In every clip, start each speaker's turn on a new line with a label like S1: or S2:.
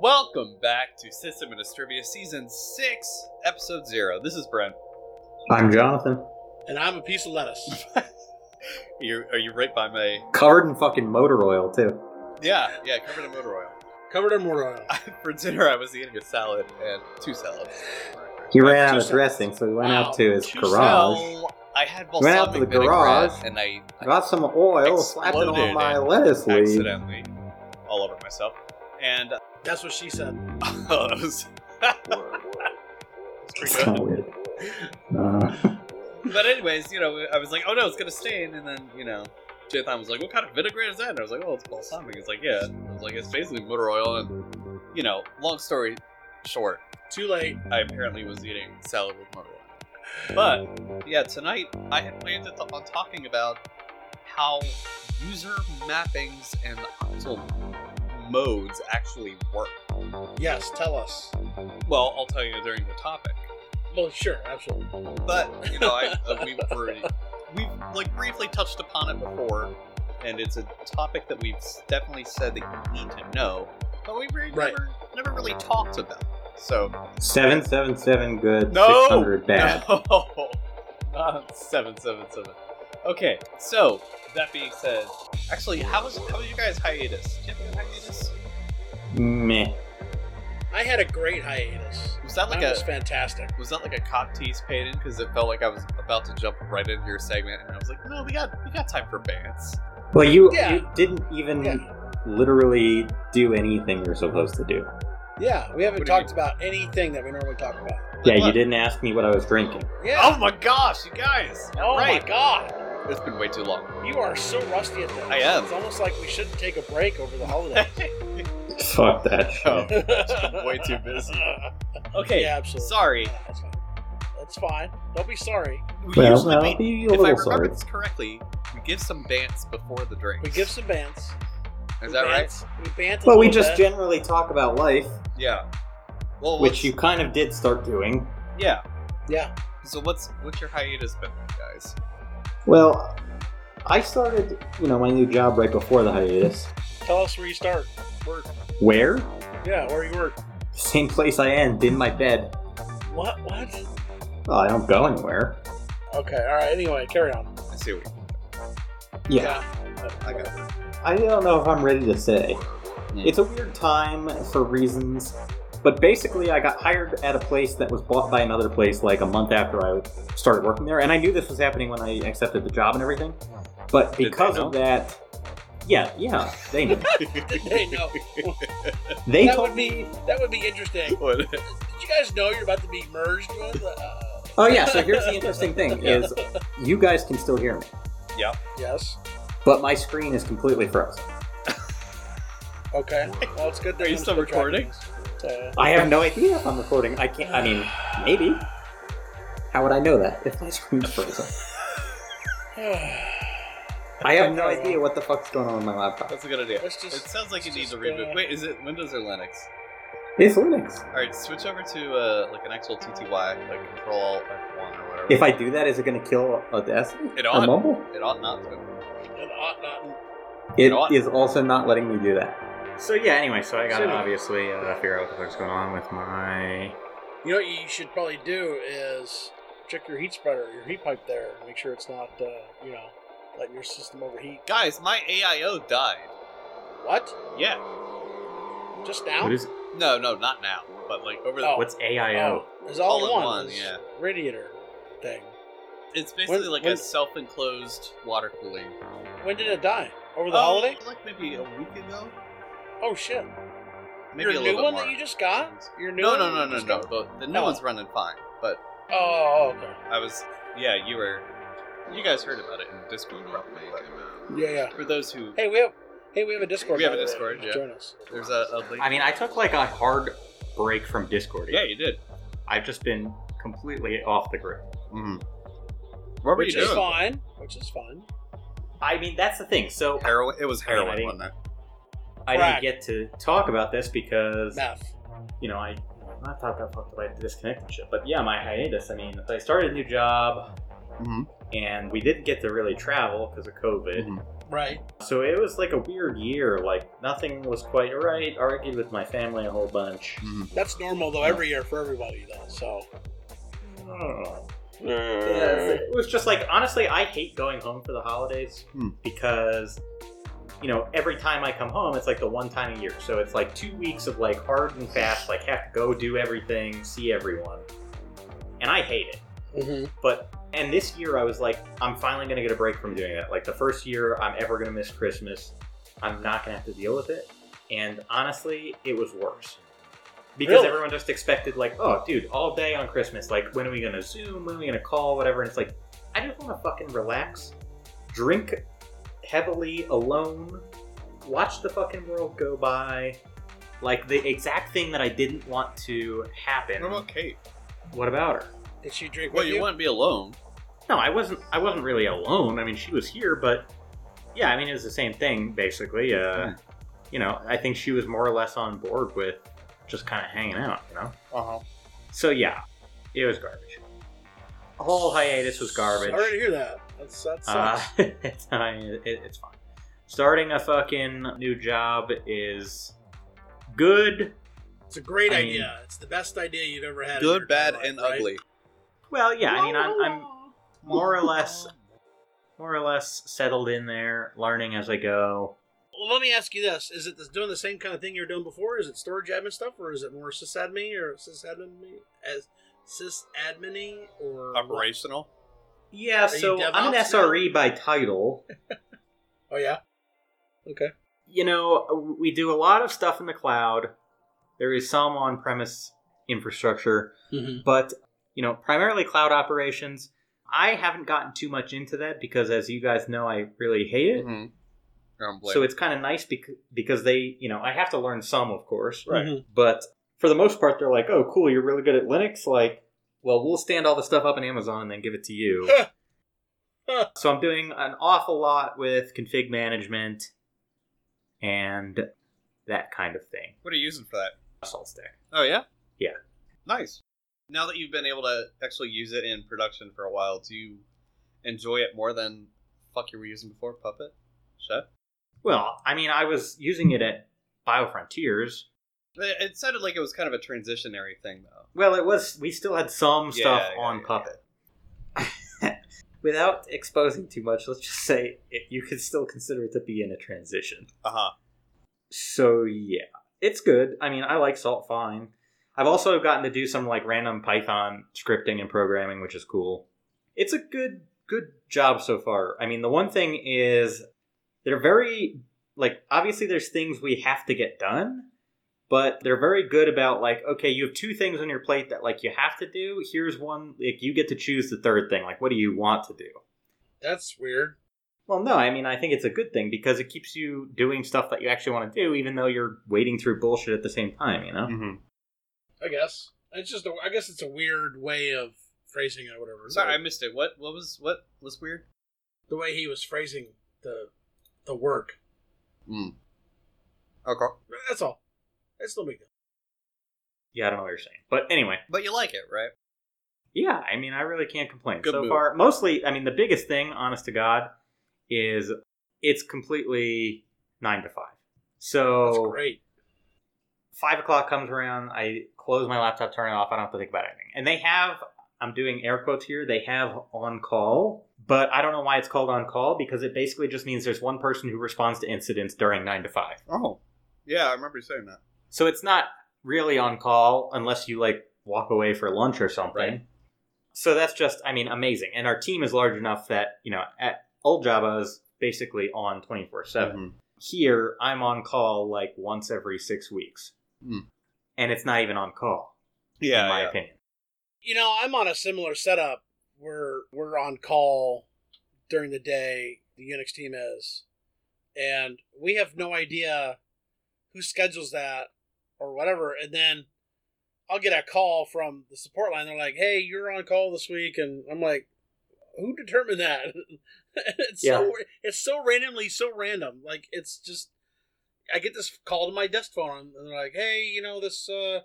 S1: Welcome back to System and Distribia Season 6, Episode 0. This is Brent.
S2: I'm Jonathan.
S3: and I'm a piece of lettuce.
S1: You're, are you right by my.
S2: Covered in fucking motor oil, too.
S1: Yeah, yeah, covered in motor oil.
S3: Covered in motor oil.
S1: For dinner, I was eating a salad and two salads.
S2: He ran out
S3: Two
S2: of
S3: cents.
S2: dressing, so he went
S3: Wow,
S2: out to his
S3: two
S2: garage.
S1: So I had balsamic
S2: Went out to the
S1: vinaigrette,
S2: garage.
S1: and I, I
S2: Got some oil, slapped it on
S1: Exploded
S2: my
S1: and
S2: lettuce leaf.
S1: accidentally all over myself. And
S3: That's what she said.
S1: oh, that was. It's
S2: It's
S1: pretty
S2: kind
S1: good.
S2: of weird. Uh,
S1: But anyways, you know, I was like, oh no, it's gonna stain, and then you know, Jathan was like, what kind of vinaigrette is that? And I was like, oh, it's balsamic. It's like, yeah. I was like, it's basically motor oil, and you know, long story short,
S3: Too late.
S1: I apparently was eating salad with motor oil. But yeah, tonight I had planned to on talking about how user mappings and optimal modes actually work.
S3: Yes, tell us.
S1: Well, I'll tell you during the topic.
S3: Well, sure, absolutely.
S1: But you know, I, uh, we've already, we've like briefly touched upon it before, and it's a topic that we've s- definitely said that you need to know, but we really
S3: Right.
S1: never, never really talked about. It. So
S2: 777 good,
S1: No!
S2: 600 bad.
S1: no, not seven seven seven. Okay, so that being said, actually, how was how was you guys hiatus? Did you have a good hiatus?
S2: Meh.
S3: I had a great hiatus.
S1: Was that like
S3: Mine
S1: a
S3: was fantastic.
S1: was that like a cop tease paid in because it felt like I was about to jump right into your segment and I was like, no, we got we got time for bands.
S2: Well, you,
S3: Yeah.
S2: you didn't even
S3: Yeah.
S2: literally do anything you're supposed to do.
S3: Yeah, we haven't
S1: What do you
S3: talked about anything that we normally talk about.
S2: Yeah,
S1: Like,
S2: you didn't ask me what I was drinking.
S3: Yeah.
S1: Oh my gosh, you guys!
S3: Oh
S1: right.
S3: my god,
S1: It's been way too long.
S3: you are so rusty at this.
S1: I am.
S3: It's almost like we should take a break over the holidays.
S2: Fuck that shit.
S1: Oh, way too busy. Okay,
S3: Yeah, absolutely.
S1: sorry.
S3: Yeah, that's fine. That's fine. Don't be sorry.
S1: We
S2: well,
S1: usually
S2: I'll
S1: make-
S2: be a
S1: if I
S2: little
S1: remember
S2: sorry.
S1: this correctly, we give some bants before the drinks.
S3: We give some bans.
S1: Is that right?
S3: We bant. a
S2: Well, we
S3: little
S2: just
S3: bit.
S2: generally talk about life,
S1: Yeah. Well,
S2: which
S1: what's-
S2: you kind of did start doing.
S1: yeah.
S3: Yeah.
S1: So what's what's your hiatus been, like, guys?
S2: Well, I started, you know, my new job right before the hiatus.
S3: Tell us where you start. Work.
S2: Where?
S3: Yeah, where you work.
S2: Same place I end, in my bed.
S3: What? What?
S2: Well, I don't go anywhere.
S3: Okay. All right. Anyway, carry on.
S1: I see what
S2: Yeah,
S1: I got. It.
S2: I don't know if I'm ready to say.
S1: Hmm.
S2: It's a weird time for reasons, but basically, I got hired at a place that was bought by another place like a month after I started working there, and I knew this was happening when I accepted the job and everything. But
S1: they
S2: because
S1: know?
S2: of that, yeah, yeah, they knew.
S3: Hey, no.
S2: they
S3: that
S2: told
S3: would be that would be interesting.
S1: What-
S3: Did you guys know you're about to be merged with? Uh,
S2: Oh yeah, so here's the interesting thing is you guys can still hear me,
S3: yes.
S2: but my screen is completely frozen.
S3: Okay. Well, it's good. that
S1: Are you
S3: I'm
S1: still
S3: tracking
S1: recording?
S3: this. Uh,
S2: I have no idea if I'm recording. I can't I mean, maybe. How would I know that if my screen's frozen? I have no idea what the fuck's going on with my laptop.
S1: That's a good idea.
S3: Let's
S1: It
S3: just.
S1: sounds like you
S3: it's
S1: need to
S3: just,
S1: reboot.
S3: uh,
S1: Wait, is it Windows or Linux?
S2: It's Linux.
S1: All right, switch over to uh, like an actual TTY, like Control Alt F1 or whatever.
S2: If I do that, is it gonna kill Audacity?
S1: it
S2: Or
S1: ought,
S2: mumble?
S1: it ought not to.
S3: An ought not-
S2: It
S1: ought-
S2: is also not letting me do that. So yeah, anyway, so I
S3: gotta Sure.
S2: obviously uh, figure out what the fuck's going on with my
S3: You know what you should probably do is check your heat spreader, your heat pipe there, and make sure it's not, uh, you know, letting your system overheat.
S1: Guys, my AIO died.
S3: What?
S1: Yeah.
S3: Just now?
S1: No, no, not now. But like over the.
S3: Oh.
S2: what's AIO?
S3: Oh, it's all,
S1: All in
S3: in one.
S1: one,
S3: this
S1: yeah.
S3: Radiator thing.
S1: It's basically
S3: When-
S1: like a
S3: when-
S1: self-enclosed water cooling.
S3: When did it die? Over
S1: Oh,
S3: the holiday?
S1: Like maybe a week ago.
S3: Oh shit!
S1: Maybe
S3: Your
S1: a
S3: new
S1: little bit
S3: one
S1: more.
S3: that you just got? Your new
S1: No,
S3: one
S1: no,
S3: that
S1: no,
S3: you
S1: no,
S3: just
S1: no.
S3: got?
S1: But the new
S3: Oh.
S1: one's running fine. But
S3: Oh, okay.
S1: I was, yeah, you were, you guys heard about it in Discord probably. But
S3: Yeah, yeah.
S1: for those who,
S3: Hey, we have hey, we have a Discord.
S1: We have a
S3: by the way.
S1: Discord, yeah.
S3: Join us.
S1: there's a, a link.
S2: I mean, I took like a hard break from Discord.
S1: yeah, you did.
S2: I've just been completely off the grid.
S1: Mm-hmm. What were
S3: Which
S1: you
S3: is
S1: doing?
S3: fine. Which is fine.
S2: I mean, that's the thing. So
S1: Heroin. It was
S2: I
S1: heroin,
S2: mean,
S1: wasn't it?
S2: I
S3: Crack.
S2: didn't get to talk about this because
S3: Meth.
S2: you know I I thought that fucked I disconnected shit. But yeah, my hiatus. I mean, I started a new job
S1: Mm-hmm.
S2: and we didn't get to really travel because of COVID.
S3: Right.
S2: So it was like a weird year. Like nothing was quite right. Argued with my family a whole bunch.
S1: Mm-hmm.
S3: That's normal though. Every year for everybody though. So
S2: Oh. Yeah, it was just like honestly, I hate going home for the holidays
S1: Hmm.
S2: because you know every time I come home, it's like the one time a year. So it's like two weeks of like hard and fast, like have to go do everything, see everyone, and I hate it.
S3: Mm-hmm.
S2: But and this year I was like, I'm finally gonna get a break from doing that. Like the first year I'm ever gonna miss Christmas, I'm not gonna have to deal with it. And honestly, it was worse. Because
S3: Really?
S2: everyone just expected like, oh dude, all day on Christmas, like when are we gonna zoom, when are we gonna call, whatever, and it's like, I just wanna fucking relax, drink heavily alone, watch the fucking world go by. Like the exact thing that I didn't want to happen.
S1: What about Kate?
S2: What about her?
S3: did she drink
S1: Well,
S3: with
S1: you, wouldn't be alone.
S2: No, I wasn't. I wasn't really alone. I mean, she was here, but yeah, I mean, it was the same thing basically. Uh, You know, I think she was more or less on board with just kind of hanging out. You know,
S1: Uh
S3: Uh-huh.
S1: huh.
S2: so yeah, it was garbage. The whole hiatus was garbage.
S3: Sorry to hear that. That's that
S2: Uh,
S3: sucks.
S2: it's, I mean, it, it's fine. Starting a fucking new job is good.
S3: it's a great
S2: I mean-
S3: idea. it's the best idea you've ever had. in your
S1: Good, bad,
S3: life,
S1: and
S3: right?
S1: ugly.
S2: Well, yeah, I mean, I'm, I'm more or less, more or less settled in there, learning as I go.
S3: Well, let me ask you this: Is it this- doing the same kind of thing you were doing before? Is it storage admin stuff, or is it more sysadmin or sysadmin as sysadmin or
S1: Operational.
S2: Yeah,
S3: you
S2: so I'm an
S3: DevOps
S2: SRE by title.
S3: Oh yeah. Okay.
S2: You know, we do a lot of stuff in the cloud. There is some on premise infrastructure,
S3: Mm-hmm.
S2: but, you know, primarily cloud operations. I haven't gotten too much into that because, as you guys know, I really hate it.
S1: Mhm. Um,
S2: So it's kind of nice because, because they, you know, I have to learn some, of course.
S3: Right.
S2: But for the most part, they're like, oh, cool, you're really good at Linux. Like, well, we'll stand all the stuff up in Amazon and then give it to you. so I'm doing an awful lot with config management and that kind of thing.
S1: what are you using for that?
S2: Salt stack.
S1: Oh yeah.
S2: Yeah.
S1: Nice. Now that you've been able to actually use it in production for a while, do you enjoy it more than fuck you were using before? Puppet, Chef.
S2: Well, I mean, I was using it at BioFrontiers.
S1: It it sounded like it was kind of a transitionary thing, though.
S2: Well, it was. We still had some
S1: Yeah,
S2: stuff
S1: yeah,
S2: on
S1: yeah,
S2: Puppet. Without exposing too much, let's just say it, you could still consider it to be in a transition.
S1: Uh huh.
S2: So yeah, it's good. I mean, I like Salt fine. I've also gotten to do some like random Python scripting and programming, which is cool. It's a good good job so far. I mean, the one thing is they're very like obviously there's things we have to get done, but they're very good about like okay, you have two things on your plate that like you have to do. Here's one like you get to choose the third thing. Like what do you want to do?
S3: That's weird.
S2: Well, no, I mean, I think it's a good thing because it keeps you doing stuff that you actually want to do, even though you're wading through bullshit at the same time, you know?
S1: Mm-hmm.
S3: I guess it's just. A, I guess it's a weird way of phrasing it or whatever.
S1: Sorry, I missed it. What? What was? What was weird?
S3: the way he was phrasing the the work.
S1: Okay.
S3: That's all. That's no big deal.
S2: Yeah, I don't know what you're saying. But anyway,
S1: But you like it, right?
S2: yeah, I mean, I really can't complain.
S1: Good
S2: so
S1: move.
S2: far, mostly, I mean, the biggest thing, honest to God, is it's completely nine to five.
S3: That's
S2: So
S3: great.
S2: five o'clock comes around, I close my laptop, turn it off, I don't have to think about anything. And they have, I'm doing air quotes here, they have on call, but I don't know why it's called on call because it basically just means there's one person who responds to incidents during nine to five.
S1: Oh. Yeah, I remember you saying that.
S2: So it's not really on call unless you like walk away for lunch or something.
S1: Right.
S2: So that's just, I mean, amazing. And our team is large enough that, you know, at old Java is basically on 24 7 here I'm on call like once every six weeks,
S1: Hmm.
S2: and it's not even on call.
S1: Yeah.
S2: in my
S1: yeah.
S2: opinion.
S3: You know, I'm on a similar setup where we're on call during the day, the Unix team is, and we have no idea who schedules that or whatever. And then I'll get a call from the support line. They're like, hey, you're on call this week. And I'm like, who determined that? it's, so, it's so randomly, so random. Like, it's just, I get this call to my desk phone, and they're like, hey, you know, this, uh,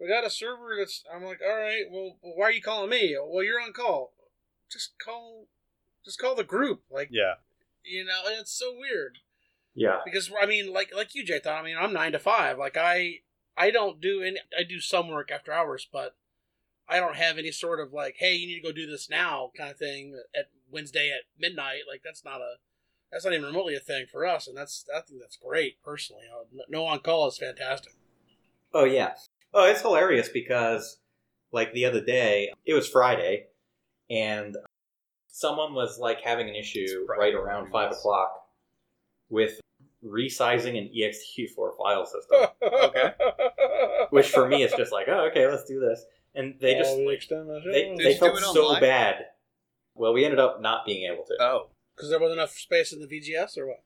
S3: we got a server that's i'm like all right well why are you calling me well you're on call just call just call the group like
S1: Yeah.
S3: You know, it's so weird
S2: Yeah.
S3: because I mean, like like you, Jathan. I mean, I'm nine to five. Like I I don't do any. I do some work after hours, but I don't have any sort of like, hey, you need to go do this now kind of thing at Wednesday at midnight. Like that's not a that's not even remotely a thing for us, and that's I think that's great personally. Uh, No on call is fantastic.
S2: Oh yeah. Oh, it's hilarious because like the other day, it was Friday, and someone was like having an issue
S1: It's Friday,
S2: right around
S1: yes.
S2: five o'clock with resizing an E ext4 file system,
S1: Okay.
S2: which for me is just like, oh, okay, let's do this, and they just like, they,
S1: Did
S2: they
S1: you do
S2: felt
S1: it
S2: so
S1: online?
S2: bad. Well, we ended up not being able to.
S1: Oh,
S3: because there wasn't enough space in the VGS or what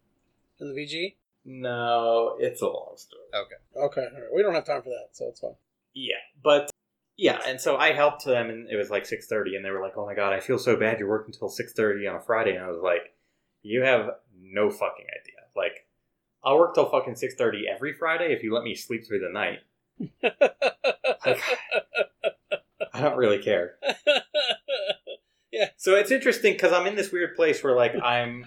S3: in the VG.
S2: no, it's a long story.
S3: Okay, all right. we don't have time for that, so it's fine.
S2: Yeah, but yeah, and so I helped them, and it was like six thirty, and they were like, "Oh my god, I feel so bad. You're working till six thirty on a Friday," and I was like, "You have no fucking idea. Like, I'll work till fucking six thirty every Friday if you let me sleep through the night. Like, I don't really care." So it's interesting because I'm in this weird place where like I'm.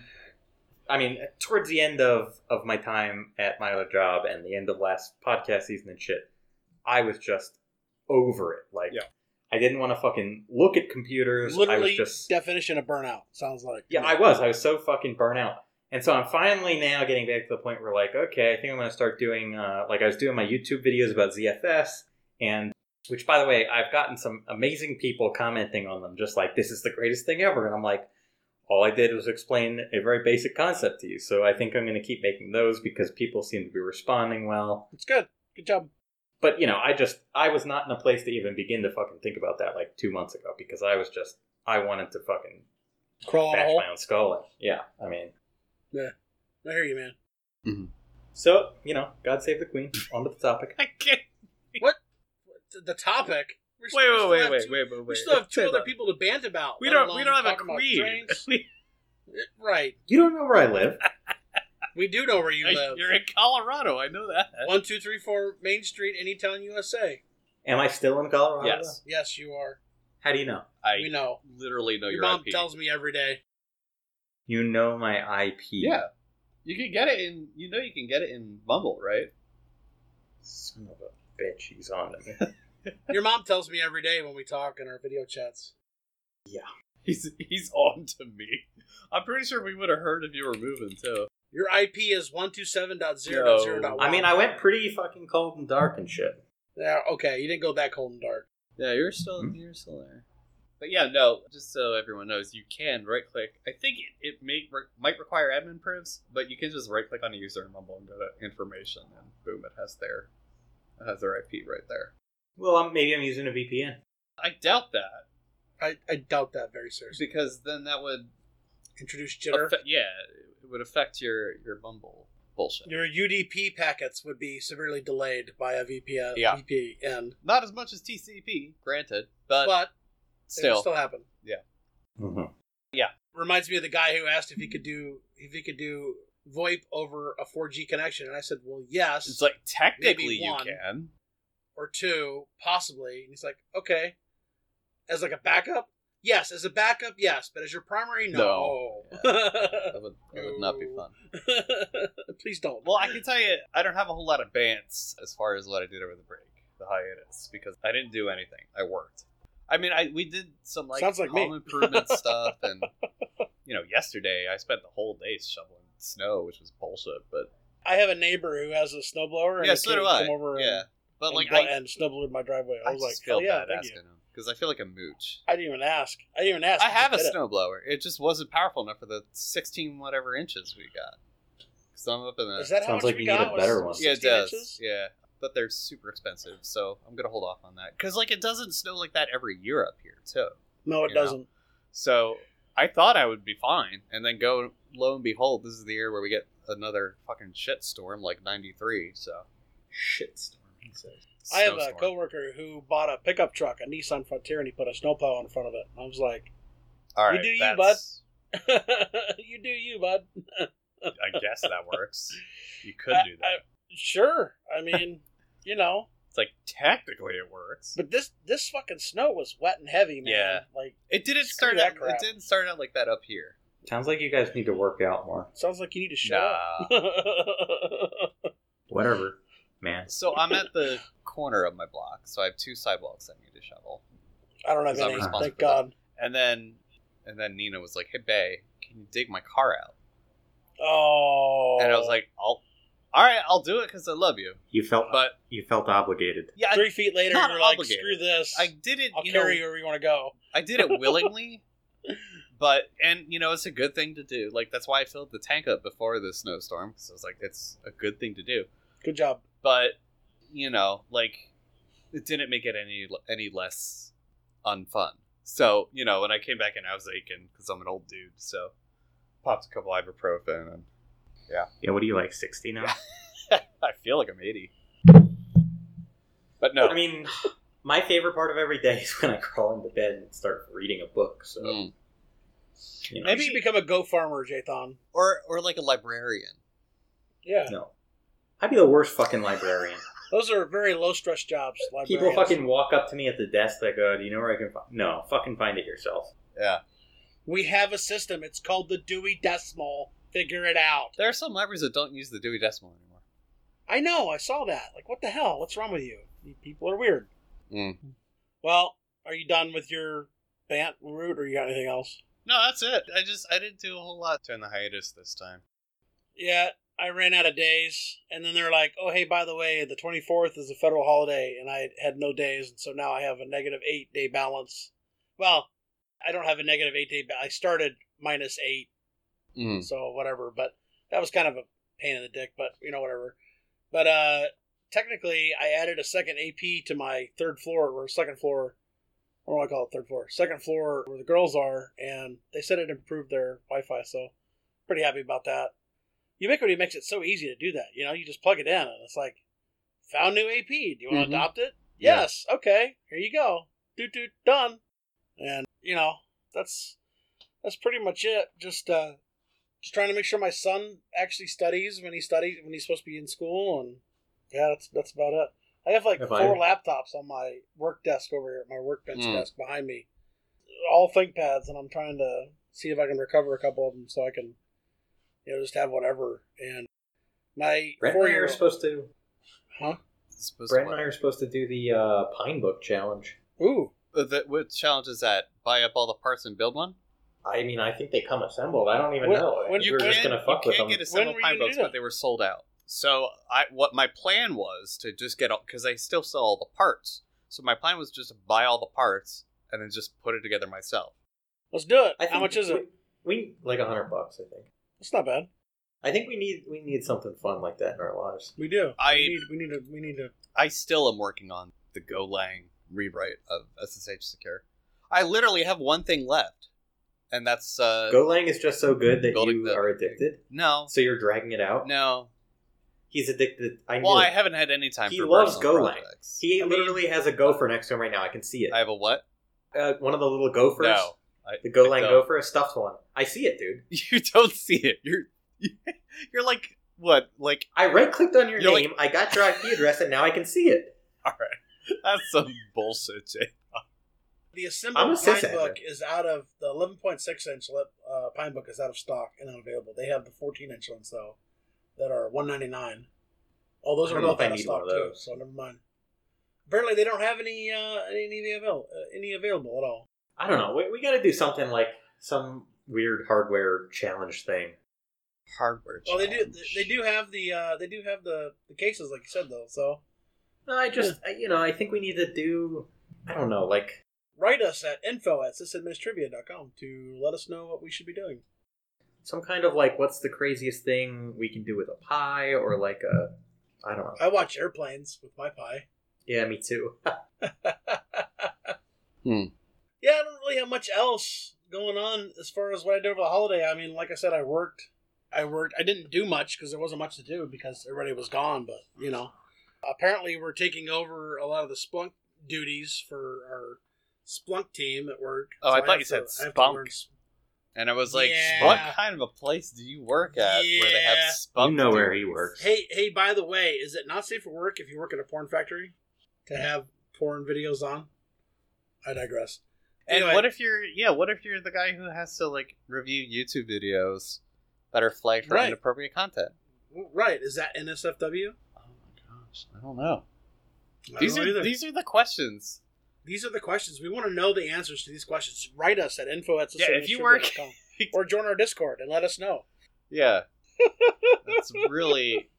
S2: I mean, towards the end of, of my time at my other job and the end of last podcast season and shit, I was just over it. Like,
S1: Yeah.
S2: I didn't want to fucking look at computers. I was
S3: Literally,
S2: just
S3: definition of burnout sounds like.
S2: yeah, I was. I was so fucking burnt out. And so I'm finally now getting back to the point where, like, okay, I think I'm going to start doing, uh, like, I was doing my YouTube videos about ZFS, and which, by the way, I've gotten some amazing people commenting on them, just like, this is the greatest thing ever. And I'm like, all I did was explain a very basic concept to you. So I think I'm going to keep making those because people seem to be responding well.
S3: it's good. Good job.
S2: But, you know, I just, I was not in a place to even begin to fucking think about that like two months ago because I was just, I wanted to fucking
S3: Crawl on a
S2: bash
S3: hole.
S2: my own skull. And, yeah, I mean,
S3: I hear you, man.
S2: So, you know, God save the Queen. On with the topic.
S1: I can't.
S3: Th- The topic. We're
S1: Wait,
S3: we
S1: wait, wait,
S3: have
S1: wait,
S3: two-
S1: wait, wait, wait.
S3: We still have two
S1: Say
S3: other
S1: that.
S3: people to band about.
S1: We
S3: let
S1: don't.
S3: alone
S1: We don't have a
S3: talking about
S1: queen.
S3: drains. Right.
S2: You don't know where I live.
S3: We do know where you live.
S1: You're in Colorado. I know that.
S3: One, two, three, four Main Street, Anytown, USA.
S2: Am I still in Colorado?
S1: Yes.
S3: Yes, you are.
S2: How do you know?
S1: I
S3: we know.
S1: literally know
S3: Your
S1: your,
S3: mom
S1: IP.
S3: tells me every day.
S2: You know my IP.
S1: Yeah, you can get it in. You know, you can get it in Bumble, right?
S2: Son of a bitch, he's on to me.
S3: Your mom tells me every day when we talk in our video chats.
S1: He's he's on to me. I'm pretty sure we would have heard if you were moving too.
S3: Your IP is one two seven dot zero dot zero dot
S1: No.
S3: one.
S2: I mean, I went pretty fucking cold and dark and shit.
S3: Yeah, okay, you didn't go that cold and dark.
S1: Yeah, you're still
S2: Hmm.
S1: you're still there. But yeah, no. Just so everyone knows, you can right click. I think it, it may re- might require admin privs, but you can just right click on a user in Bumble and go to information, and boom, it has their it has their IP right there.
S2: Well, I'm, maybe I'm using a VPN.
S1: I doubt that
S3: I, I doubt that very seriously.
S1: because then that would
S3: Introduce jitter.
S1: affect- yeah, it would affect your your Bumble bullshit.
S3: Your UDP packets would be severely delayed by a uh, VPN.
S1: Yeah.
S3: VPN.
S1: Not as much as TCP, granted, but,
S3: But it
S1: still,
S3: would still happen.
S2: Mm-hmm.
S3: Reminds me of the guy who asked if he could do if he could do VoIP over a 4G connection, and I said, "Well, yes."
S1: it's like technically you
S3: one.
S1: can.
S3: or two, possibly. And he's like, okay. As like a backup? Yes. As a backup, yes. But as your primary, no.
S1: That would, that would not be
S3: No.
S1: fun.
S3: Please don't.
S1: Oh. Well, I can tell you, I don't have a whole lot of bants as far as what I did over the break, the hiatus, because I didn't do anything. I worked. I mean, I we did some like
S3: Sounds like me.
S1: home improvement stuff, and you know, yesterday I spent the whole day shoveling snow, which was bullshit. But
S3: I have a neighbor who has a snowblower. And
S1: Yeah,
S3: he
S1: so
S3: came-
S1: do I.
S3: Come over
S1: yeah,
S3: and,
S1: but
S3: and
S1: like
S3: blo-
S1: I,
S3: and snowblowed my driveway. I
S1: I
S3: was
S1: just
S3: like,
S1: feel
S3: oh, yeah,
S1: bad
S3: thank
S1: asking
S3: you.
S1: him because I feel like a mooch.
S3: I didn't even ask. I didn't even ask.
S1: I have a
S3: did it.
S1: snowblower. It just wasn't powerful enough for the 16 whatever inches we got. So I'm up in the.
S3: Is that how
S2: Sounds
S3: much
S2: like
S3: we
S2: you need
S3: got?
S2: a
S3: Was
S2: better one.
S1: yeah, it
S3: 16
S1: does.
S3: inches?
S1: Yeah, but they're super expensive, so I'm gonna hold off on that because like it doesn't snow like that every year up here too.
S3: No, it
S1: You know.
S3: doesn't.
S1: So I thought I would be fine, and then go lo and behold, this is the year where we get another fucking shit storm like '93. So
S2: Shit storm, he says.
S3: I have a
S1: snowstorm.
S3: coworker who bought a pickup truck, a Nissan Frontier, and he put a snowplow in front of it. I was like,
S1: All
S3: You
S1: right,
S3: do you,
S1: that's-
S3: "You do you, bud."
S1: I guess that works. You could do that.
S3: I- I- sure. I mean, you know,
S1: it's like technically it works.
S3: but this this fucking snow was wet and heavy, man.
S1: Yeah.
S3: Like
S1: It didn't
S3: Screw
S1: start
S3: that
S1: out.
S3: crap.
S1: It didn't start out like that up here.
S2: Sounds like you guys need to work out more.
S3: Sounds like you need to shut up.
S1: Nah.
S2: Whatever, man.
S1: so I'm at the corner of my block, so I have two sidewalks I need to shovel.
S3: I don't have
S1: Because I'm
S3: any.
S1: responsible
S3: Thank
S1: for that.
S3: God.
S1: And then and then Nina was like, Hey Bay, can you dig my car out?
S3: Oh.
S1: And I was like, I'll Alright, I'll do it because I love you.
S2: You felt
S1: But
S2: you felt obligated.
S1: yeah, I,
S3: three feet later,
S1: Not
S3: you're like,
S1: obligated.
S3: screw this.
S1: I did it
S3: I'll
S1: you know
S3: carry you wherever you want to go.
S1: I did it willingly. But and you know it's a good thing to do. Like that's why I filled the tank up before the snowstorm because I was like it's a good thing to do.
S3: Good job.
S1: but you know, like it didn't make it any any less unfun. So you know, when I came back in, I was aching because I'm an old dude. So popped a couple ibuprofen, and
S2: Yeah, what are you like sixty now?
S1: I feel like I'm 80. But no,
S2: I mean, my favorite part of every day is when I crawl into bed and start reading a book. So
S1: Mm.
S2: you know,
S3: Maybe you should become a go farmer, Jathan.
S1: or or like a librarian.
S3: Yeah.
S2: no, I'd be the worst fucking librarian.
S3: Those are very low stress jobs.
S2: People
S3: librarians.
S2: fucking walk up to me at the desk. They go, "Do you know where I can find?" No, fucking find it yourself.
S1: Yeah,
S3: We have a system. It's called the Dewey Decimal. Figure it out.
S1: there are some libraries that don't use the Dewey Decimal anymore.
S3: I know. I saw that. Like, what the hell? What's wrong with you? You people are weird.
S1: Mm.
S3: Well, are you done with your bant route, or you got anything else?
S1: No, that's it. I just I didn't do a whole lot during the hiatus this time.
S3: Yeah, I ran out of days, and then they're like, "Oh, hey, by the way, the twenty fourth is a federal holiday," and I had no days, and so now I have a negative eight day balance. Well, I don't have a negative eight day. Ba- I started minus eight,
S1: Mm.
S3: so whatever. But that was kind of a pain in the dick, but you know, whatever. But uh technically, I added a second AP to my third floor or second floor. What do I call it? Third floor, second floor, where the girls are, and they said it improved their Wi-Fi, so pretty happy about that. Ubiquity makes it so easy to do that. You know, you just plug it in, and it's like, found new AP. Do you want
S1: Mhm.
S3: to adopt it?
S1: Yeah.
S3: Yes. Okay. Here you go. Doot doot done. And you know, that's that's pretty much it. Just uh just trying to make sure my son actually studies when he studies when he's supposed to be in school and yeah that's that's about it i have like
S2: Have
S3: four laptops on my work desk over here my workbench
S1: Hmm.
S3: desk behind me all thinkpads and i'm trying to see if i can recover a couple of them so i can you know just have whatever and my
S2: Brett
S3: four
S2: and I
S3: year
S2: are supposed to.
S1: It's supposed
S2: Brett
S1: to
S2: and I are supposed to do the uh, pine book challenge.
S3: ooh
S1: Uh, the, what challenge is that? Buy up all the parts and build one.
S2: I mean, I think they come assembled. I don't even
S3: When-
S2: know.
S3: when-
S2: we were just
S1: can't-
S2: gonna fuck
S1: you
S2: with
S1: can't
S2: them.
S1: get a single
S3: were you
S1: pine
S3: gonna
S1: boats,
S3: do
S1: but
S3: that?
S1: they were sold out. So I, what my plan was to just get all because I still sell all the parts. So my plan was just to buy all the parts and then just put it together myself.
S3: let's do it
S2: I
S3: how
S2: think
S3: much is
S2: we-
S3: it
S2: We like a hundred bucks, I think.
S3: it's not bad
S2: I think we need we need something fun like that in our lives.
S3: we do
S1: I-
S3: we need we need to we need to
S1: I still am working on the Golang rewrite of SSH Secure. I literally have one thing left, and that's uh,
S2: Golang is just so good that
S1: Building
S2: you
S1: the-
S2: are addicted.
S1: no,
S2: So you're dragging it out.
S1: no.
S2: He's addicted. I knew.
S1: Well, I
S2: it.
S1: haven't had any time.
S2: He
S1: for
S2: loves
S1: personal
S2: Golang.
S1: projects.
S2: he
S3: I mean-
S2: literally has a gopher next to him right now. I can see it.
S1: I have a what?
S2: uh, one of the little gophers.
S1: No, I-
S2: The
S1: I
S2: Golang
S1: don't.
S2: gopher, a stuffed one. I see it, dude.
S1: You don't see it. You're you're like what? Like
S2: I right clicked on your
S1: You're like-
S2: name. I got your IP address, and now I can see it.
S1: All right, that's some bullshit, Jay.
S3: The
S2: I'm a
S3: assembled
S2: sysadmin.
S3: pine book is out of the 11.6 inch lip, uh, pine book is out of stock and unavailable. They have the 14 inch ones though, that are 199. Oh, those
S2: I
S3: are
S2: don't know
S3: both
S2: if I
S3: out of
S2: need one
S3: stock
S2: of
S3: too.
S2: those.
S3: So never mind. Apparently, they don't have any uh, any available uh, any available at all.
S2: I don't know. We, we got to do something like some weird hardware challenge thing.
S1: hardware.
S3: Well, they do
S1: challenge.
S3: they do have the uh, they do have the, the cases like you said though. So
S2: No, I just, I- you know, I think we need to do, I don't know, like,
S3: write us at info at sysadministrivia.com to let us know what we should be doing.
S2: some kind of like, what's the craziest thing we can do with a pie or like a, I don't know.
S3: I watch airplanes with my pie.
S2: Yeah, me too.
S1: Hmm.
S3: Yeah, I don't really have much else going on as far as what I did over the holiday. I mean, like I said, I worked. I worked. I didn't do much because there wasn't much to do because everybody was gone. But you know, apparently we're taking over a lot of the Splunk duties for our Splunk team at work.
S1: Oh, I thought
S3: have
S1: you said
S3: I have to learn
S1: Spunk. And I was like,
S3: Yeah.
S1: what kind of a place do you work at where they have
S3: Yeah.
S1: spunk?
S2: you know where he
S1: dudes?
S2: works.
S3: Hey, hey! By the way, is it not safe for work if you work at a porn factory to have porn videos on? I digress.
S1: And
S3: Anyway.
S1: what if you're yeah, what if you're the guy who has to like review YouTube videos that are flagged for
S3: Right.
S1: inappropriate content?
S3: Right? Is that NSFW?
S1: Oh my gosh, I don't know.
S3: I
S1: These
S3: don't
S1: are
S3: know either.
S1: these are the questions.
S3: These are the questions. We want to know the answers to these questions. Write us at info at
S1: Yeah, if you work-
S3: socialnetstribute.com. or join our Discord and let us know.
S1: Yeah. That's really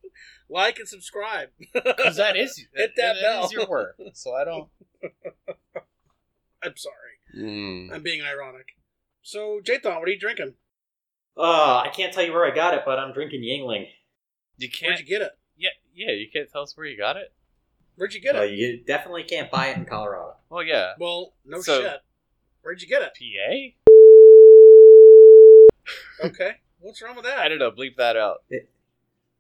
S3: Like and subscribe.
S1: because that is
S3: Hit that bell.
S1: is your work. So I don't.
S3: I'm sorry.
S1: Hmm.
S3: I'm being ironic. So, Jathan, what are you drinking?
S2: Uh, I can't tell you where I got it, but I'm drinking Yingling.
S1: You
S3: Where'd
S1: can't.
S3: you get it?
S1: yeah, yeah. You can't tell us where you got it.
S3: Where'd you get
S2: Uh,
S3: it?
S2: you definitely can't buy it in Colorado.
S1: Well, yeah.
S3: Well, no
S1: So-
S3: shit. Where'd you get it?
S1: PA.
S3: Okay. What's wrong with
S1: I
S3: that?
S1: don't know. Bleep that out.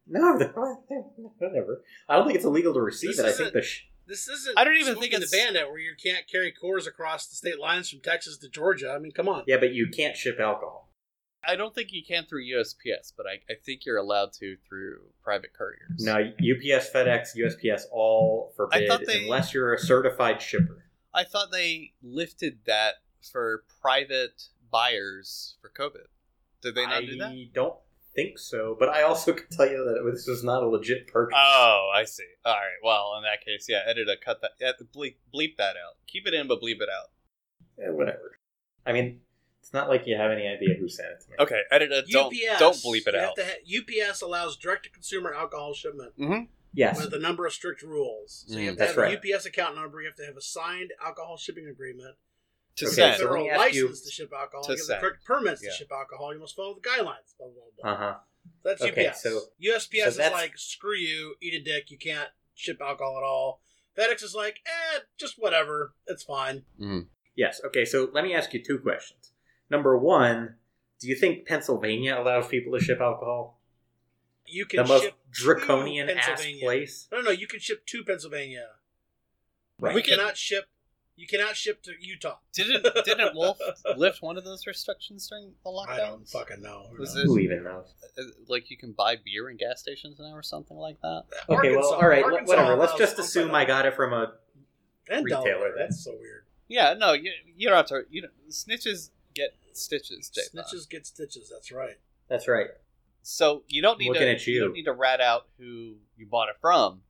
S2: No, whatever. I don't think it's illegal to receive
S3: This
S2: it. I
S3: is
S2: think
S3: a-
S2: the sh-
S3: This isn't.
S1: I don't even think
S3: Smoking
S1: it's-
S3: the bandit where you can't carry cores across the state lines from Texas to Georgia. I mean, come on.
S2: yeah, but you can't ship alcohol.
S1: I don't think you can through USPS, but I, I think you're allowed to through private couriers.
S2: No, UPS, FedEx, USPS all forbid
S1: thought they-
S2: unless you're a certified shipper.
S1: I thought they lifted that for private buyers for COVID. Did they not
S2: I
S1: do that?
S2: don't think so, but I also can tell you that this was not a legit purchase.
S1: Oh, I see. All right. Well, in that case, yeah, editor, cut that, yeah, bleep, bleep that out. Keep it in, but bleep it out.
S2: Eh, whatever. I mean, it's not like you have any idea who sent it to me.
S1: Okay, editor, don't
S3: UPS.
S1: don't bleep it
S3: you have
S1: out.
S3: to ha- UPS allows direct to consumer alcohol shipment
S2: Yes.
S3: with a number of strict rules. So
S1: Mm,
S3: you have to
S2: that's
S3: have
S2: right.
S3: a UPS account number. You have to have a signed alcohol shipping agreement.
S1: To
S2: Okay,
S1: send.
S2: so- let
S3: federal
S2: me ask
S3: license
S2: you-
S3: to ship alcohol.
S1: To
S3: You have the
S1: send.
S3: correct permits
S1: Yeah.
S3: to ship alcohol. You must follow the guidelines. Blah blah blah.
S2: Uh huh.
S3: That's
S2: Okay,
S3: UPS.
S2: so-
S3: USPS
S2: so
S3: is
S2: that's-
S3: like, screw you, eat a dick, you can't ship alcohol at all. FedEx is like, eh, just whatever, it's fine.
S2: Yes. Okay. So let me ask you two questions. Number one, do you think Pennsylvania allows people to ship alcohol?
S3: You can
S2: The most
S3: ship
S2: draconian
S3: to
S2: ass
S3: Pennsylvania.
S2: place.
S3: No, no, you can ship to Pennsylvania.
S2: Right.
S3: We
S1: We can-
S3: cannot ship. You cannot ship to Utah.
S1: didn't didn't Wolf lift one of those restrictions during the lockdown?
S3: I don't fucking know. Who
S1: Was
S3: knows?
S1: it-
S2: Who even knows?
S1: Uh, Like you can buy beer in gas stations now or something like that.
S2: Okay.
S3: Arkansas-
S2: well, all right.
S3: Arkansas
S2: whatever. Let's
S3: allows
S2: just
S3: pump
S2: assume
S3: it
S2: I
S3: up.
S2: got it from a.
S3: and
S2: retailer
S3: Delaware.
S2: then.
S3: That's so weird.
S1: Yeah, no, you you don't have to. You know, snitches get stitches. Jathan.
S3: Snitches get stitches. That's right.
S2: That's right.
S1: So you don't need
S2: Looking
S1: to.
S2: at you.
S1: don't need to rat out who you bought it from.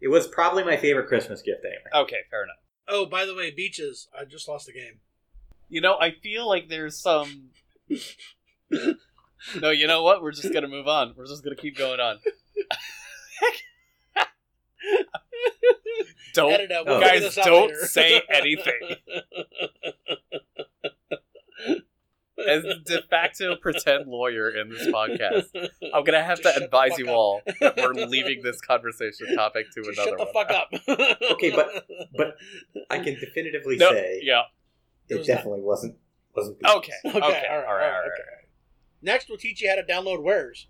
S2: It was probably my favorite Christmas gift anyway.
S1: Okay, fair enough.
S3: Oh, by the way, beaches. I just lost the game.
S1: You know, I feel like there's some. no, you know what? We're just gonna move on. We're just gonna keep going on. don't
S3: Edit out. We'll
S2: Oh.
S3: figure
S1: guys
S3: this out
S1: don't
S3: later.
S1: say anything as the de facto pretend lawyer in this podcast. I'm gonna have
S3: Just shut
S1: to
S3: the
S1: advise
S3: fuck
S1: you
S3: up.
S1: all that we're leaving this conversation topic to
S3: Just
S1: another one.
S3: shut the fuck up.
S2: Okay, but- But I can definitively
S1: No,
S2: say
S1: yeah.
S2: it,
S3: it was Oh.
S2: definitely wasn't wasn't. beef.
S1: Okay. Okay.
S3: okay, all right, all
S1: all
S3: right,
S1: right. All right.
S3: okay. Next, we'll teach you how to download wares.